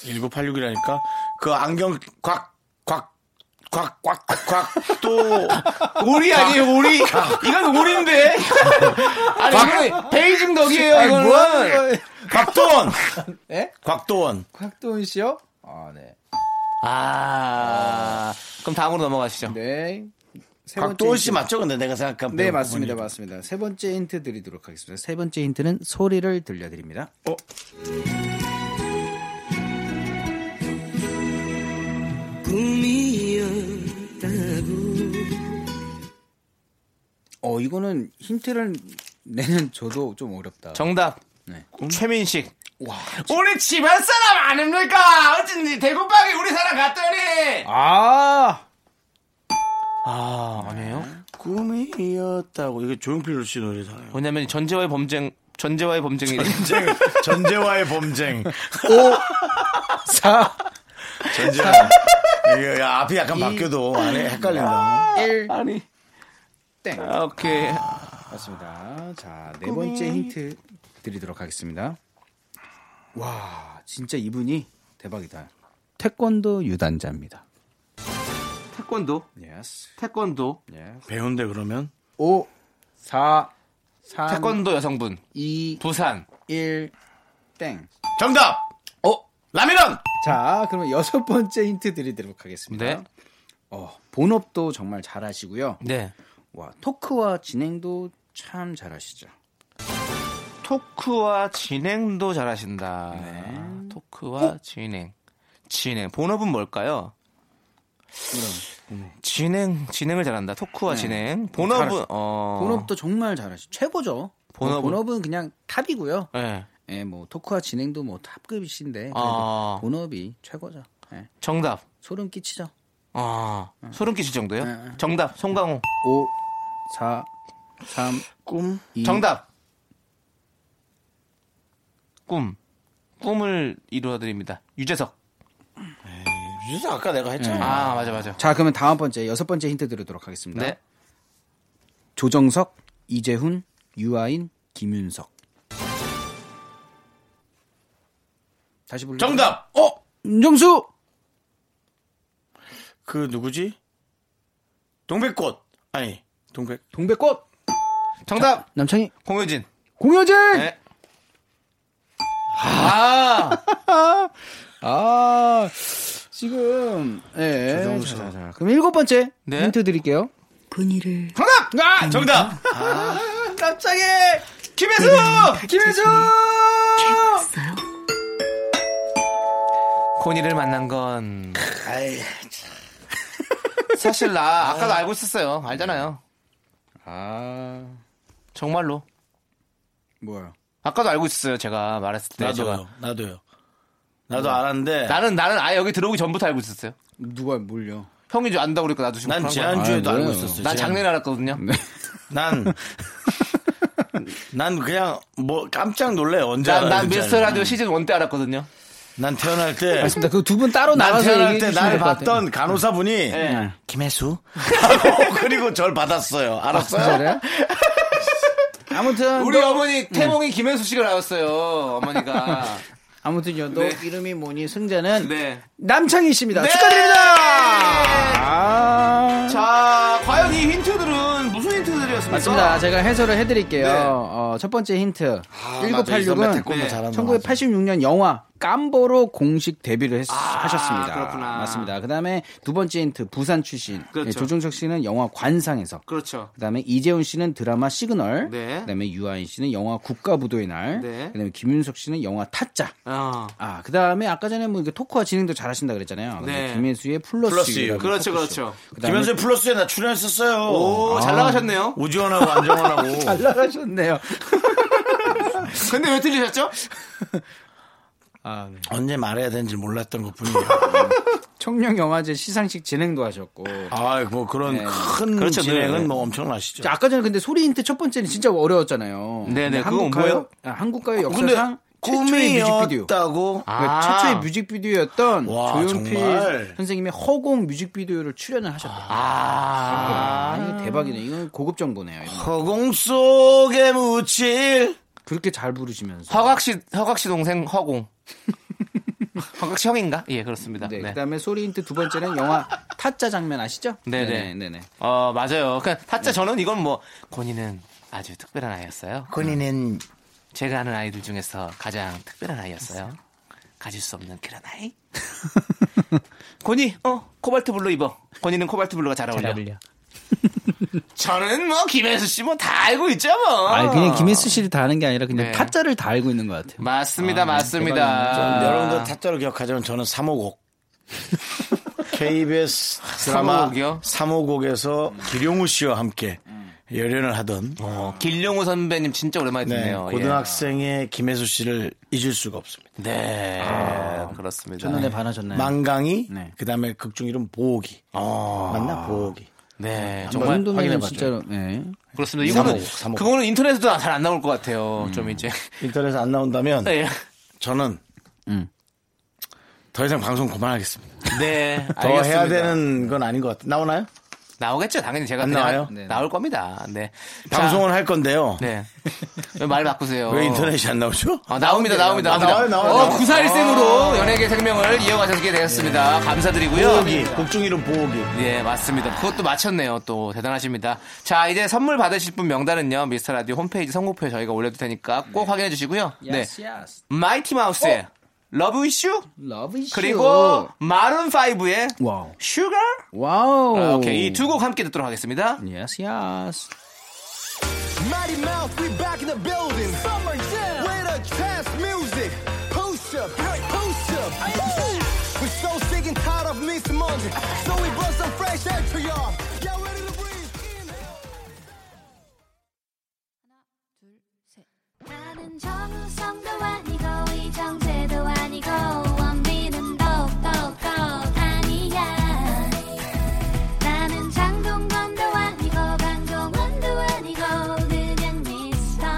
1986이라니까 그 안경 <laughs> 꽉꽉꽉꽉꽉또 오리 아니에요, 오리. 이건 오리인데. 아니, 이건 베이징 덕이에요, 아니, 이거는. 뭐 하는 거예요? 곽도원. 예? 곽도원. 곽도훈 씨요? 아, 네. 아, 그럼 다음으로 넘어가시죠. 네. 세 곽도원 씨 힌트. 맞죠? 근데 내가 생각한 네, 배우 맞습니다. 부분이. 맞습니다. 세 번째 힌트 드리도록 하겠습니다. 세 번째 힌트는 소리를 들려드립니다. 어, 이거는 힌트를 내는 저도 좀 어렵다. 정답. 네. 음? 최민식. 우리 집안 사람 아닙니까? 어쩐지 대구방에 우리 사람 갔더니. 아! 아, 아니에요? 꿈이었다고. 이게 조용필 씨 노래잖아요. 왜냐면 전제와의 범죄, 전제와의 범죄이 전제와의 범쟁. 4, 전제. 이게 앞이 약간 바뀌어도 안에 헷갈린다. 1. 아니. 땡. 아, 오케이. 맞습니다. 자, 네 번째 힌트 드리도록 하겠습니다. 와, 진짜 이분이 대박이다. 태권도 유단자입니다. 태권도. 예스. 태권도. 예스. 배운데 그러면 5, 4, 3, 태권도 여성분. 2, 부산. 1, 땡. 정답. 어? 라미런! 자, 그러면 여섯 번째 힌트 드리도록 하겠습니다. 네. 어, 본업도 정말 잘하시고요. 네. 와, 토크와 진행도 참 잘하시죠. 토크와 진행도 잘하신다. 토크와 진행. 진행. 본업은 뭘까요? 진행 진행을 잘한다. 토크와 진행. 본업은 잘하시- 어 본업도 정말 잘하시죠. 최고죠. 뭐 본업은- 본업은, 그냥 탑이고요. 예. 예, 뭐 토크와 진행도 뭐 탑급이신데 그래도 아. 본업이 최고죠. 예, 정답. 소름 끼치죠. 아, 소름 끼칠 정도요? 네. 정답. 송강호. 5 4 3 꿈? 정답. 꿈. 꿈을 이루어 드립니다. 유재석. 유재석 아까 내가 했잖아. 아, 맞아 맞아. 자, 그러면 다음 번째 여섯 번째 힌트 드리도록 하겠습니다. 네. 조정석, 이재훈, 유아인, 김윤석. 다시 불러. 정답! 어, 윤정수. 그 누구지? 동백꽃. 아니, 동백. 동백꽃. 정답. 남창희. 공효진. 공효진. 네. 아. <laughs> 아, 지금 예. 조정수 자, 씨. 자, 그럼 일곱 번째 네. 힌트 드릴게요. 정답! 아, 정답! 남창희. 김혜수. 김혜수. 코니를 만난 건 사실 나 아까도 알고 있었어요. 알잖아요. 아, 정말로. 뭐야? 아까도 알고 있었어요. 제가 말했을 네, 때 제가 나도요. 나도요. 나도 알았는데. 나는 나는 아예 여기 들어오기 전부터 알고 있었어요. 누가 물려? 형이 이제 안다고 그러니까 나도 지금 난 그런 거야. 지난주에도 네. 아, 알고 뭐예요. 있었어요. 난 지난- 작년에 알았거든요. <laughs> 난, 난 그냥 뭐 깜짝 놀래. 언제 난, 난 네, 알았는지 미스터 알아요. 라디오 시즌 1 때 알았거든요. 난 태어날 때. 알겠습니다. 그 두 분 따로 난 나가서 태어날 얘기해 때 주시면 나를 될것 같아요. 네. 봤던 간호사분이 김혜수 하고 <laughs> 그리고 절 받았어요. 알았어요? 아, 진짜로요? <laughs> 아무튼 우리 너- 어머니 태몽이 김혜수 씨가 음. 나왔어요. <laughs> 어머니가. 아무튼요. 너 이름이 뭐니? 승자는 네. 남창희 씨입니다. 네! 축하드립니다. 아. 자, 과연 이 힌트들은 무슨 힌트들이었습니까? 맞습니다. 제가 해설을 해드릴게요. 네. 어, 첫 번째 힌트. 이선배 1986은 태권도 네. 잘하는 거 맞아. 1986년 영화 깜보로 공식 데뷔를 했, 하셨습니다. 그렇구나. 맞습니다. 아, 그 다음에 두 번째 힌트 부산 출신 그렇죠. 예, 조정석 씨는 영화 관상에서 그렇죠. 그다음에 이재훈 씨는 드라마 시그널, 네. 그다음에 유아인 씨는 영화 국가부도의 날, 네. 그다음에 김윤석 씨는 영화 타짜. 어. 아, 그다음에 아까 전에 뭐 이렇게 토크와 진행도 잘하신다 그랬잖아요. 그다음에 네. 김혜수의 플러스. 플러스 유라는 유. 그렇죠, 토크쇼. 그렇죠. 그다음에 김현수의 플러스에 나 출연했었어요. 오, 잘 나가셨네요. 오지원하고 안정원하고. <laughs> 잘 나가셨네요. <laughs> 근데 왜 틀리셨죠? 아, 네. 언제 말해야 되는지 몰랐던 것 뿐이에요. <laughs> 청룡 영화제 시상식 진행도 하셨고. 아, 뭐 그런 네. 큰 그렇죠, 진행은 네. 뭐 엄청나시죠. 자, 아까 전에 근데 소리 힌트 첫 번째는 진짜 어려웠잖아요. 네네, 근데 그건 한국 가요- 뭐예요? 어, 아, 한국 가요 근데 역사상 최초의 뮤직비디오. 꿈이었다고. 아. 그러니까 최초의 뮤직비디오였던 와, 조용필 정말. 선생님의 허공 뮤직비디오를 출연을 하셨다. 아, 이거 대박이네. 이건 고급 정보네요. 이런 거. 허공 속에 묻힐. 그렇게 잘 부르시면서. 허각 씨, 허각 씨 동생 허공. 허각 씨 형인가? 예, 그렇습니다. 네, 네. 그다음에 소리 힌트 두 번째는 영화 타짜 장면 아시죠? 네네. 네네. 어, 맞아요. 그냥 타짜 저는 이건 뭐 권이는 아주 특별한 아이였어요. 권이는 제가 아는 아이들 중에서 가장 특별한 아이였어요. 가질 수 없는 그런 아이. 권이, 어, 코발트 블루 입어. 권이는 코발트 블루가 잘 어울려. <laughs> 저는 뭐 김혜수 씨 뭐 다 알고 있죠 뭐. 아, 그냥 김혜수 씨를 다 아는 게 아니라 그냥 네. 타짜를 다 알고 있는 것 같아요. 맞습니다, 맞습니다. 여러분들 그 타짜로 기억하지만 저는 3호곡. <laughs> KBS 드라마 삼호곡이요? 음. 3호곡에서 기룡우 씨와 함께 열연을 하던 어, 길용우 선배님 진짜 오랜만에 네, 듣네요. 예. 고등학생의 김혜수 씨를 잊을 수가 없습니다. 네, 그렇습니다. 첫눈에 반하셨나요? 망강이 네. 그다음에 극중 이름 보옥이 아. 맞나 보옥이 네, 그 정말 정도면 확인해봤죠. 진짜로. 네. 그렇습니다. 이거는 사모곡, 사모곡. 그거는 인터넷에도 잘 안 나올 것 같아요. 음. 좀 <laughs> 이제 인터넷에 안 나온다면 네, 저는 음. 더 이상 방송 그만하겠습니다. 네, 더 알겠습니다. 해야 되는 건 아닌 것 같아요. 나오나요? 나오겠죠. 당연히 제가 안 그냥 나와요? 네, 나올 겁니다. 네, 자, 방송은 할 건데요. 네, 왜 말 바꾸세요? 왜 인터넷이 안 나오죠? 아, 나옵니다, 나옵니다. 아, 나와요, 나와요, 어, 아. 나와요. 구사일생으로 연예계 생명을 이어가셨게 되었습니다. 예. 감사드리고요. 보호기, 국중 이름 보호기. 예, 맞습니다. 그것도 맞췄네요. 또 대단하십니다. 자, 이제 선물 받으실 분 명단은요. 미스터 라디오 홈페이지 선곡표 저희가 올려둘 테니까 꼭 확인해 주시고요. 네. Yes, yes. 어? 마이티 마우스의 러브 이슈 러브 이슈. 그리고 마룬 5의 와우. 슈가 와우. 아, 오케이 이 두 곡 함께 듣도록 하겠습니다. 음. 예스 예스. Mighty Mouse, we back in the building. Summer Jam. Way to test music. Push up, push up. We're so sick and tired of Miss Monday. So we brought some fresh air to y'all. Y'all ready to breathe? Inhale. 나는 정우성도 아니고 이정재도 아니고 원빈은 더욱더 아니야 나는 장동건도 아니고 강동원도 아니고 그냥 미스터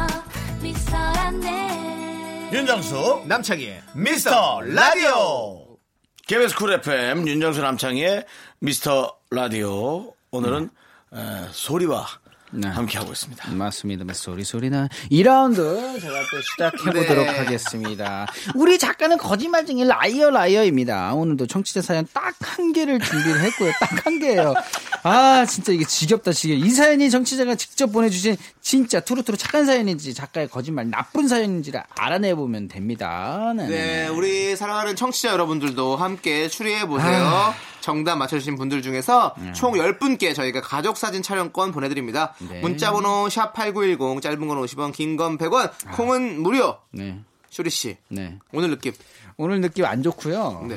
예. 미스터란데 윤정수 남창희의 미스터 라디오. KBS 쿨 FM 윤정수 남창희의 미스터 라디오 오늘은 에, 소리와 네. 함께 하고 있습니다. 맞습니다. 소리 소리나 2라운드 제가 또 시작해보도록 네. 하겠습니다. 우리 작가는 거짓말쟁이 라이어 라이어입니다. 오늘도 청취자 사연 딱 한 개를 준비를 했고요. <laughs> 딱 한 개예요. 아 진짜 이게 지겹다 지겨. 이 사연이 정치자가 직접 보내주신 진짜 투루투루 착한 사연인지 작가의 거짓말 나쁜 사연인지를 알아내보면 됩니다. 네. 네, 음. 우리 사랑하는 청취자 여러분들도 함께 추리해 보세요. 아. 정답 맞춰주신 분들 중에서 음. 총 10분께 저희가 가족사진 촬영권 보내드립니다. 네. 문자번호 샵8910, 짧은 건 50원, 긴 건 100원, 아. 콩은 무료. 네. 쇼리씨, 네. 오늘 느낌. 오늘 느낌 안 좋고요. <laughs> 네.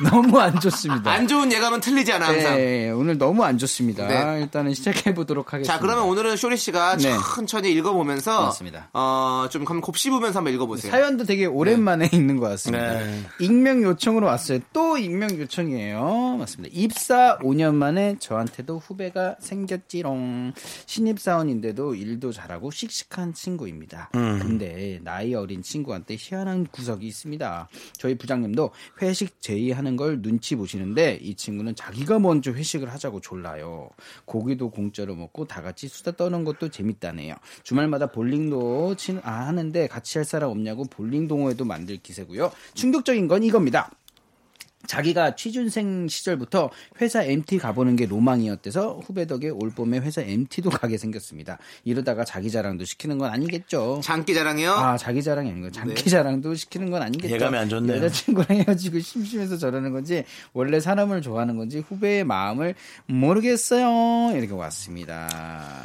네, 너무 안 좋습니다. 안 좋은 예감은 틀리지 않아, 항상. 네, 오늘 너무 안 좋습니다. 네. 일단은 시작해 보도록 하겠습니다. 자, 그러면 오늘은 쇼리씨가 네. 천천히 읽어보면서, 맞습니다. 어, 좀 한번 곱씹으면서 한번 읽어보세요. 사연도 되게 오랜만에 있는 것 같습니다. 네. 익명 요청으로 왔어요. 또 익명 요청이에요. 맞습니다. 입사 5년 만에 저한테도 후배가 생겼지롱. 신입사원인데도 일도 잘하고 씩씩한 친구입니다. 음. 근데 나이 어린 친구한테 희한한 구석이 있습니다. 저희 부장님도 회식 제의하는 걸 눈치 보시는데 이 친구는 자기가 먼저 회식을 하자고 졸라요. 고기도 공짜로 먹고 다 같이 수다 떠는 것도 재밌다네요. 주말마다 볼링도 친, 아, 하는데 같이 할 사람 없냐고 볼링 동호회도 만들 기세고요. 충격적인 건 이겁니다. 자기가 취준생 시절부터 회사 MT 가보는 게 로망이었대서 후배 덕에 올 봄에 회사 MT도 가게 생겼습니다. 이러다가 자기 자랑도 시키는 건 아니겠죠. 장기 자랑이요? 아 자기 자랑이 아닌 거 장기 자랑도 시키는 건 아니겠죠. 예감이 안 좋네요. 여자친구랑 헤어지고 심심해서 저러는 건지 원래 사람을 좋아하는 건지 후배의 마음을 모르겠어요. 이렇게 왔습니다.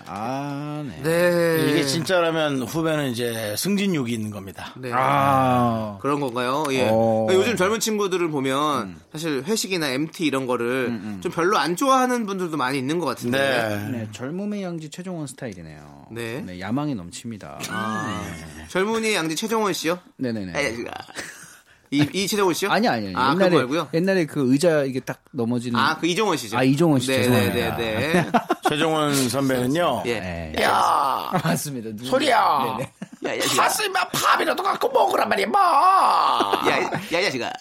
아 네. 네. 이게 진짜라면 후배는 이제 승진욕이 있는 겁니다. 네. 아 그런 건가요? 예. 어. 음. 그러니까 요즘 젊은 친구들을 보면 사실 회식이나 MT 이런 거를 좀 별로 안 좋아하는 분들도 많이 있는 것 같은데. 네. 네, 젊음의 양지 최종원 스타일이네요. 네. 야망이 넘칩니다. 아, 젊은이 양지 최정원 씨요? 네, 네, 네. 에이, 아. 이, 이 최정원 씨요? 아니 아니 아니. 아, 그거 옛날에 말고요? 옛날에 그 의자 이게 딱 넘어지는 아, 그 이종원 씨죠. 아, 이종원 씨, 죄송합니다. 네네네네. 최종원 <laughs> 선배는요. 예. 네. 야, <laughs> 맞습니다. 누구- 소리야. 네, 네. 예, 샀으면 팝이라도 갖고 먹으란 말이야, 뭐. 야, 야, 야, 씨가.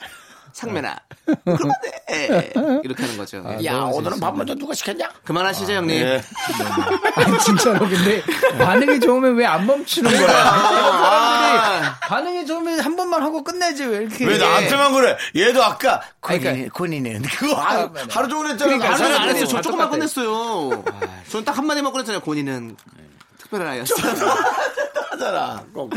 상면아. 그러면 돼. 예, 이렇게 하는 거죠. 예. 야, 오늘은 밥 먼저 누가 시켰냐? 그만하시죠, 형님. 예. 아니, 진짜로 근데 반응이 좋으면 왜 안 멈추는 거야? 사람들이 반응이 좋으면 한 번만 하고 끝내지 왜 이렇게? 왜 나한테만 그래? 얘도 아까 군인, 예. 그러니까- 군인은 그거 하루, 하루 종일 했잖아. 그러니까 하루 종일 괜찮아. 안 했어요. 저 조금만 똑같아. 끝냈어요. 저는 딱 한마디만 끝냈잖아요. 본인은 특별한 아이였어.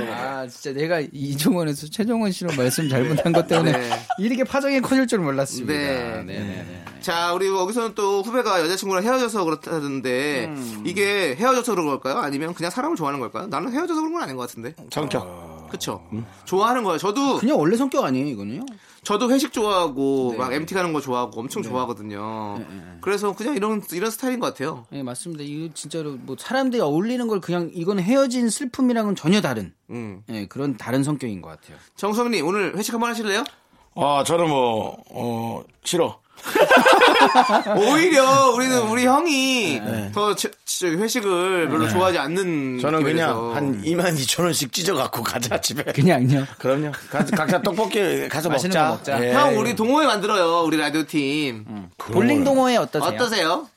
아 진짜 내가 이종원에서 최종원 씨로 말씀 잘못한 것 때문에 네. 이렇게 파장이 커질 줄 몰랐습니다. 네. 네, 네, 네. <laughs> 자, 우리 여기서는 또 후배가 여자친구랑 헤어져서 그렇다던데 이게 헤어져서 그런 걸까요? 아니면 그냥 사람을 좋아하는 걸까요? 나는 헤어져서 그런 건 아닌 것 같은데. 성격. 그쵸? 좋아하는 거예요. 저도 그냥 원래 성격 아니에요 이거는요? 저도 회식 좋아하고 막 MT 가는 거 좋아하고 엄청 좋아하거든요. 그래서 그냥 이런 이런 스타일인 것 같아요. 네 맞습니다. 이거 진짜로 뭐 사람들이 어울리는 걸 그냥 이건 헤어진 슬픔이랑은 전혀 다른 음. 예, 그런 다른 성격인 것 같아요. 정수영님 오늘 회식 한번 하실래요? 아, 저는 뭐, 어, 싫어. 오히려 우리는 네. 우리 형이 더 저- 저 회식을 별로 좋아하지 않는 저는 느낌이라서. 그냥 한 2만 2천 원씩 찢어갖고 가자, 집에. 음. <laughs> 그냥요. 그럼요. 가- 각자 떡볶이 가서 맛있는 먹자. 거 먹자. 예. 음. 형 우리 동호회 만들어요 우리 라디오 팀 볼링 동호회 어떠세요? 어떠세요?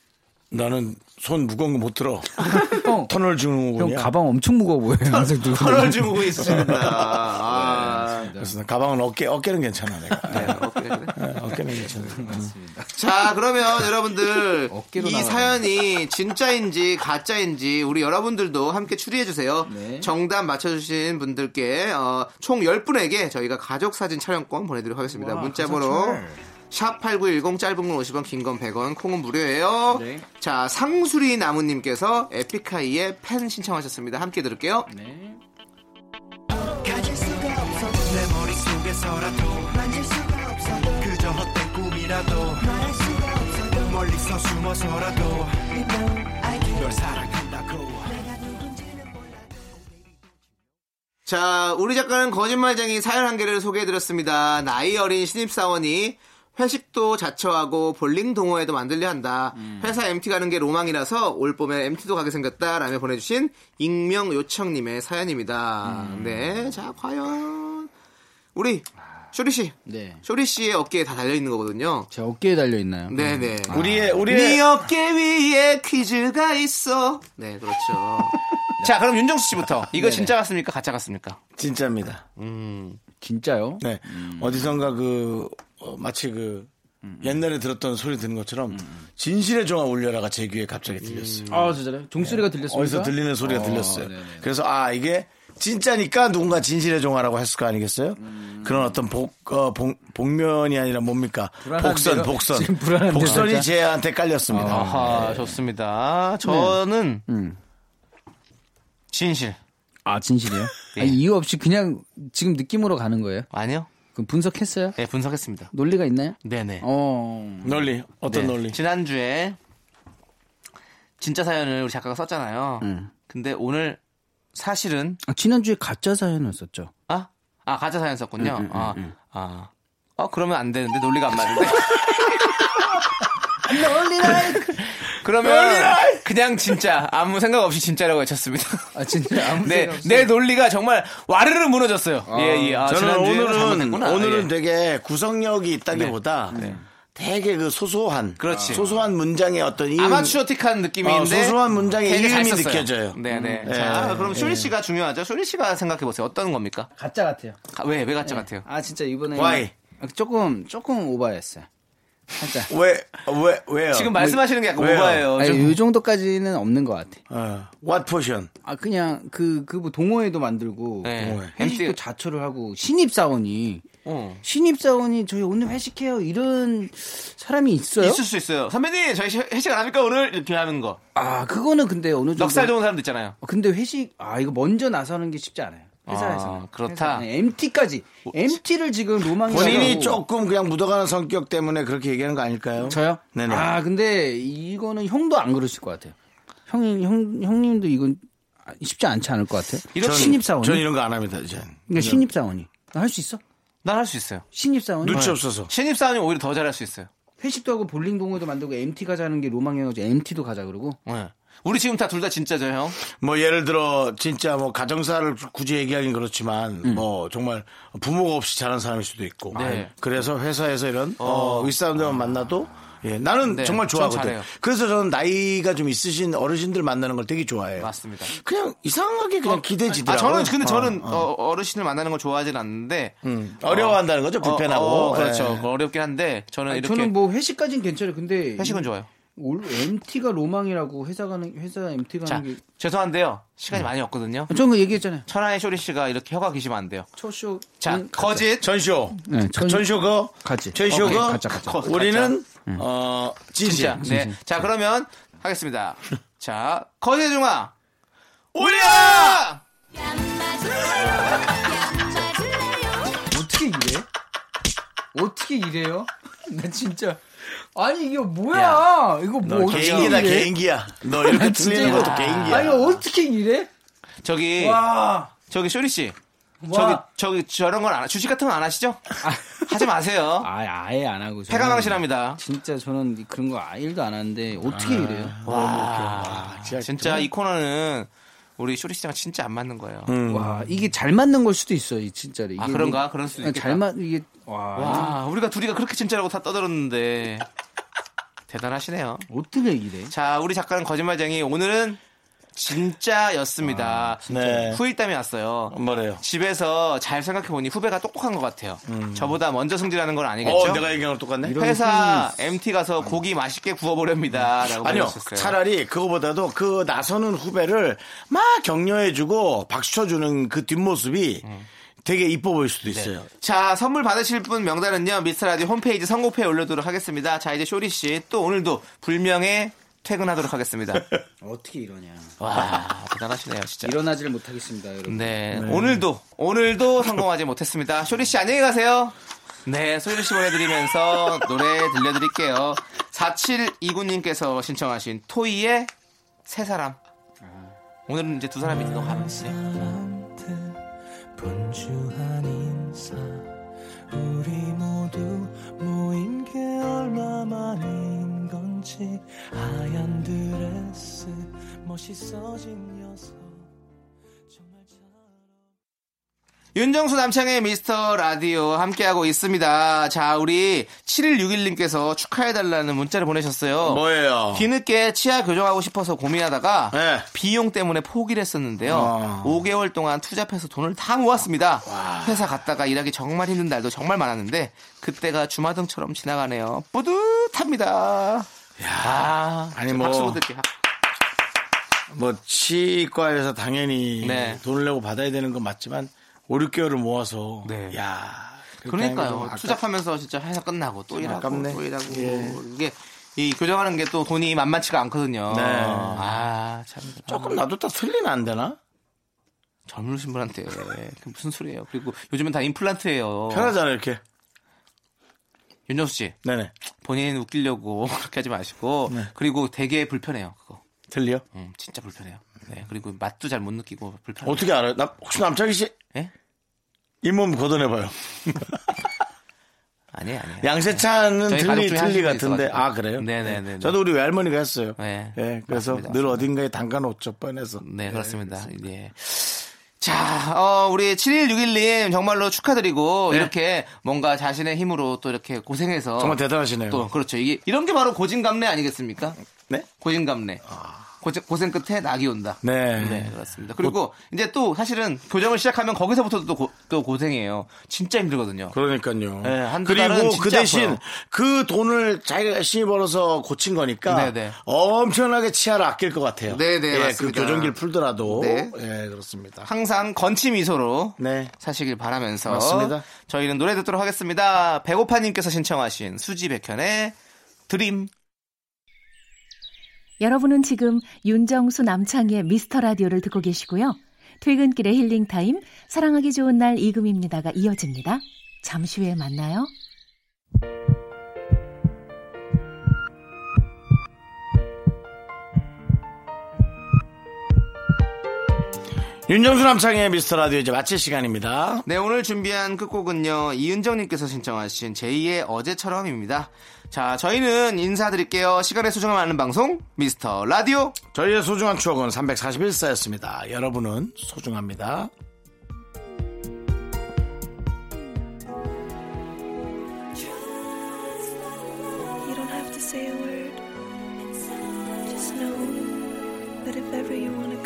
나는 손 무거운 거 못 들어. 아, 형, 터널 증후군이야. 엄청 무거워 보여요. 항상 들고 <laughs> 털을 주고 있습니다. 아, 그래서 나 가방은 어깨, 어깨는 괜찮아, 내가. 네, 어깨. 괜찮아요. 그래? 어깨는 괜찮아요. 음. 자, 그러면 여러분들 어깨로 이 나가네. 사연이 진짜인지 가짜인지 우리 여러분들도 함께 추리해 주세요. 네. 정답 맞춰 주신 분들께 어, 총 10분에게 저희가 가족 사진 촬영권 보내 드리도록 하겠습니다. 문자 번호 샵8910 짧은 건 50원 긴 건 100원 콩은 무료예요. 네. 자, 상수리 나무 님께서 에픽하이의 팬 신청하셨습니다. 함께 들을게요. 자, 우리 작가는 거짓말쟁이 사연 한 개를 소개해드렸습니다. 나이 어린 신입사원이 회식도 자처하고 볼링 동호회도 만들려 한다. 음. 회사 MT 가는 게 로망이라서 올 봄에 MT도 가게 생겼다. 라며 보내주신 익명 요청님의 사연입니다. 음. 네. 자, 과연. 우리, 쇼리씨. 네. 쇼리씨의 어깨에 다 달려있는 거거든요. 제 어깨에 달려 있나요? 네네. 음. 우리의 우리의 네 어깨 위에 퀴즈가 있어. 네, 그렇죠. 자, 그럼 윤정수 씨부터. <laughs> 이거 진짜 같습니까? 가짜 같습니까? 진짜입니다. 진짜요? 네. 음. 어디선가 그 어, 마치 그 옛날에 들었던 소리 듣는 것처럼 음. 진실의 종아 울려라가 제 귀에 갑자기 들렸어요. 아 진짜요? 종소리가 들렸습니까? 어디서 들리는 소리가 들렸어요. 네네. 그래서 아 이게 진짜니까 누군가 진실의 종아라고 했을 거 아니겠어요? 음. 그런 어떤 복, 어, 복, 복면이 아니라 뭡니까? 불안한데요? <laughs> 복선, 복선. 지금 불안한데요, 복선이 진짜? 어. 제한테 깔렸습니다. 네. 아하, 음. 좋습니다. 저는 진실. 아 진실이요? 예. 아니, 이유 없이 그냥 지금 느낌으로 가는 거예요? 아니요. 그럼 분석했어요? 네, 분석했습니다. 논리가 있나요? 네네. 예. 어. 논리, 어떤 논리? 네. 지난주에 진짜 사연을 우리 작가가 썼잖아요. 음. 근데 오늘 사실은 아, 지난주에 가짜 사연이었었죠. 아, 아 가짜 사연 썼군요. 음, 아, 아, 어 그러면 안 되는데 논리가 안 맞는데. 그러면 그냥 진짜 아무 생각 없이 진짜라고 외쳤습니다. 아 진짜 아무 네, 생각 없이. 내 논리가 정말 와르르 무너졌어요. 예, 예. 아, 저는 지난주에 오늘은 잘못했구나. 오늘은 예. 되게 구성력이 있다기보다 네. 되게 그 소소한 그렇지. 소소한 문장의 어떤 이유 예. 아마추어틱한 느낌인데 어, 소소한 문장의 되게 잘 이음이 썼어요. 느껴져요. 네, 네. 음. 자, 예, 그럼 쇼리 씨가 중요하죠. 쇼리 씨가 생각해 보세요. 어떤 겁니까? 가짜 같아요. 가- 왜, 왜 가짜 같아요? 아 진짜 이번에 아, Why? 조금 조금 오버했어요. 살짝. 왜왜 왜요? 지금 말씀하시는 게 약간 왜요? 오바예요. 좀- 아니, 이 정도까지는 없는 것 같아. 어, what portion? 아 그냥 그 그 뭐 동호회도 만들고 네. 뭐 회식도 MT. 자초를 하고 신입 사원이 어. 신입 사원이 저희 오늘 회식해요 이런 사람이 있어요? 있을 수 있어요. 선배님, 저희 시- 회식 안 합니까? 오늘 이렇게 하는 거. 아 그거는 근데 어느 정도 넉살 좋은 사람도 있잖아요. 어, 근데 회식 아 이거 먼저 나서는 게 쉽지 않아요. 회사에서 네. 아, 그렇다. MT까지 MT를 지금 로망이 본인이 조금 그냥 묻어가는 성격 때문에 그렇게 얘기하는 거 아닐까요? 저요? 네네. 아 근데 이거는 형도 안 그러실 것 같아요. 형이 형 형님도 이건 쉽지 않지 않을 것 같아요. 이런- 네. 신입 사원이 전 이런 거 안 합니다. 이제 그러니까 신입 사원이 나 할 수 있어? 난 할 수 있어요. 신입 사원이 네. 눈치 없어서. 신입사원이 오히려 더 잘할 수 있어요. 회식도 하고 볼링 동호회도 만들고 MT 가자는 게 로망이어서 MT도 가자 그러고 예. 우리 지금 다 둘 다 진짜죠, 형? 뭐 예를 들어 진짜 뭐 가정사를 굳이 얘기하긴 그렇지만 뭐 정말 부모가 없이 자란 사람일 수도 있고 음. 네. 아. 그래서 회사에서 이런 어, 윗사람들만 만나도 예, 나는 네, 정말 전 좋아하거든. 잘해요. 그래서 저는 나이가 좀 있으신 어르신들 만나는 걸 되게 좋아해요. 맞습니다. 그냥 이상하게 그냥 아, 기대지더라고요. 저는, 근데 저는 어, 르신을 만나는 걸 좋아하진 않는데. 음. 어려워한다는 거죠, 불편하고. 어, 어, 그렇죠. 예. 어렵긴 한데, 저는 아니, 이렇게. 저는 뭐 회식까지는 괜찮아요. 근데 회식은 이- 좋아요. 올- MT가 로망이라고 회사 가는 회사 MT 자, 가는 게 죄송한데요. 시간이 많이 없거든요. 아, 저는 그 얘기했잖아요. 천하의 쇼리 씨가 이렇게 혀가 기시면 안 돼요. 초쇼 자, 거짓. 음. 전쇼. 네, 전- 전쇼 거. 가지. 전쇼 오케이, 거. 가자, 가자. 거- 우리는 어 진실. 음. 진짜. 네. 자, 그러면 <laughs> 하겠습니다. 자, 거짓의 중화. 우리야! 어떻게 이래? 어떻게 이래요? <laughs> 나 진짜 아니 이게 뭐야? 이거 너 뭐 어떻게 개인기다 이래? 개인기야. 너 이렇게 진짜 틀리는 이거- 것도 개인기야. 아니 어떻게 이래? 저기, 와, 저기 쇼리 씨. 와. 저기, 저기, 저런 건 안, 하- 주식 같은 건 안 하시죠? 하지 마세요. 아 아예 안 하고 저는- 폐가 망신합니다. 진짜 저는 그런 거 일도 안 하는데 어떻게 이래요? 아, 와, 아, 진짜, 이 코너는 우리 쇼리 씨랑 진짜 안 맞는 거예요. 와 이게 잘 맞는 걸 수도 있어 이 진짜로 이게 뭐 아, 그런가? 그럴 수도 있겠다. 잘맞 이게 와, 와, 아, 우리가 둘이가 그렇게 진짜라고 다 떠들었는데 대단하시네요. 어떻게 이래? 자, 우리 작가는 거짓말쟁이 오늘은 진짜였습니다. 네. 후일담이 왔어요. 뭐래요? 집에서 잘 생각해보니 후배가 똑똑한 것 같아요. 저보다 먼저 승진하는 건 아니겠죠? 음. 어, 내가 얘기한 거 똑같네. 회사 MT 가서 고기 맛있게 구워보렵니다. 라고 아니요. 보내주셨어요. 차라리 그거보다도 그 나서는 후배를 막 격려해주고 박수쳐주는 그 뒷모습이 음. 되게 이뻐 보일 네. 수도 있어요. 자, 선물 받으실 분 명단은요, 미스터라디오 홈페이지 선고표에 올려두도록 하겠습니다. 자, 이제 쇼리씨, 또 오늘도 불명예 퇴근하도록 <laughs> 하겠습니다. 어떻게 이러냐. 와, 대단하시네요, 진짜. 일어나지를 못하겠습니다, 여러분. 네, 오늘도, 오늘도 성공하지 못했습니다. 쇼리씨, 안녕히 가세요. 네, 소리씨 보내드리면서 노래 들려드릴게요. 4729님께서 신청하신 토이의 세 사람. 오늘은 이제 두 사람이 들어가면서. 분주한 인사 우리 모두 모인 게 얼마 만인 건지 하얀 드레스 멋있어진 녀석 정말 잘 윤정수 남창의 미스터 라디오 함께하고 있습니다. 자, 우리 7161님께서 축하해달라는 문자를 보내셨어요. 뭐예요? 뒤늦게 치아 교정하고 싶어서 고민하다가 네. 비용 때문에 포기를 했었는데요. 아. 5개월 동안 투잡해서 돈을 다 모았습니다. 회사 갔다가 일하기 정말 힘든 날도 정말 많았는데 그때가 주마등처럼 지나가네요. 뿌듯합니다. 야, 아니, 뭐. 박수 드릴게요. 뭐 치과에서 당연히 네. 돈을 내고 받아야 되는 건 맞지만 5, 6개월을 모아서 네. 야 그렇게 하니까 그러니까요. 좀 아깝- 투잡하면서 진짜 회사 끝나고 또 일하고 아깝네. 또 일하고 예. 이게 이 교정하는 게 또 돈이 만만치가 않거든요. 네. 아, 참. 조금 놔뒀다 틀리면 안 되나? 젊으신 분한테 그 무슨 소리예요. 그리고 요즘은 다 임플란트예요. 편하잖아 이렇게. 윤정수 씨. 네네. 본인 웃기려고 <laughs> 그렇게 하지 마시고 네. 그리고 되게 불편해요. 그거. 틀려? 음, 진짜 불편해요. 네. 그리고 맛도 잘 못 느끼고 불편해요. 어떻게 알아요? 나 혹시 남창희 씨 예? 잇몸 걷어내봐요. 아니에요, 아니에요. 양세찬은 네. 저희 가족 틀리 중에 한 틀리 분이 같은데 있어가지고. 아 그래요? 네네네. 네. 저도 우리 외할머니가 했어요. 네. 예, 그래서 맞습니다. 늘 어딘가에 담가 놓죠 뻔해서. 네, 그렇습니다. 예. 자, 어, 우리 7161님 정말로 축하드리고 이렇게 뭔가 자신의 힘으로 또 이렇게 고생해서 네. 정말 대단하시네요. 또 그렇죠. 이게 이런 게 바로 고진감래 아니겠습니까? 네? 아. 고진감래. 고생, 고생 끝에 낙이 온다. 네. 네, 그렇습니다. 그리고 이제 또 사실은 교정을 시작하면 거기서부터 또, 고, 또 고생해요. 진짜 힘들거든요. 그러니까요. 네, 한두 달은 그리고 진짜 그 대신 아파요. 그 돈을 자기가 열심히 벌어서 고친 거니까 네네. 엄청나게 치아를 아낄 것 같아요. 네네, 예, 맞습니다. 그 교정기를 풀더라도 네. 예, 그렇습니다. 항상 건치 미소로 네. 사시길 바라면서 맞습니다. 저희는 노래 듣도록 하겠습니다. 배고파님께서 신청하신 수지 백현의 드림. 여러분은 지금 윤정수 남창희의 미스터 라디오를 듣고 계시고요. 퇴근길의 힐링 타임, 사랑하기 좋은 날 이금입니다가 이어집니다. 잠시 후에 만나요. 윤정수 남창의 미스터 라디오 이제 마칠 시간입니다. 네, 오늘 준비한 끝곡은요. 이은정님께서 신청하신 제2의 어제처럼입니다. 자, 저희는 인사드릴게요. 시간의 소중함 아는 방송, 미스터 라디오. 저희의 소중한 추억은 341사였습니다. 여러분은 소중합니다. You don't have to say a word. Just know that if ever you want to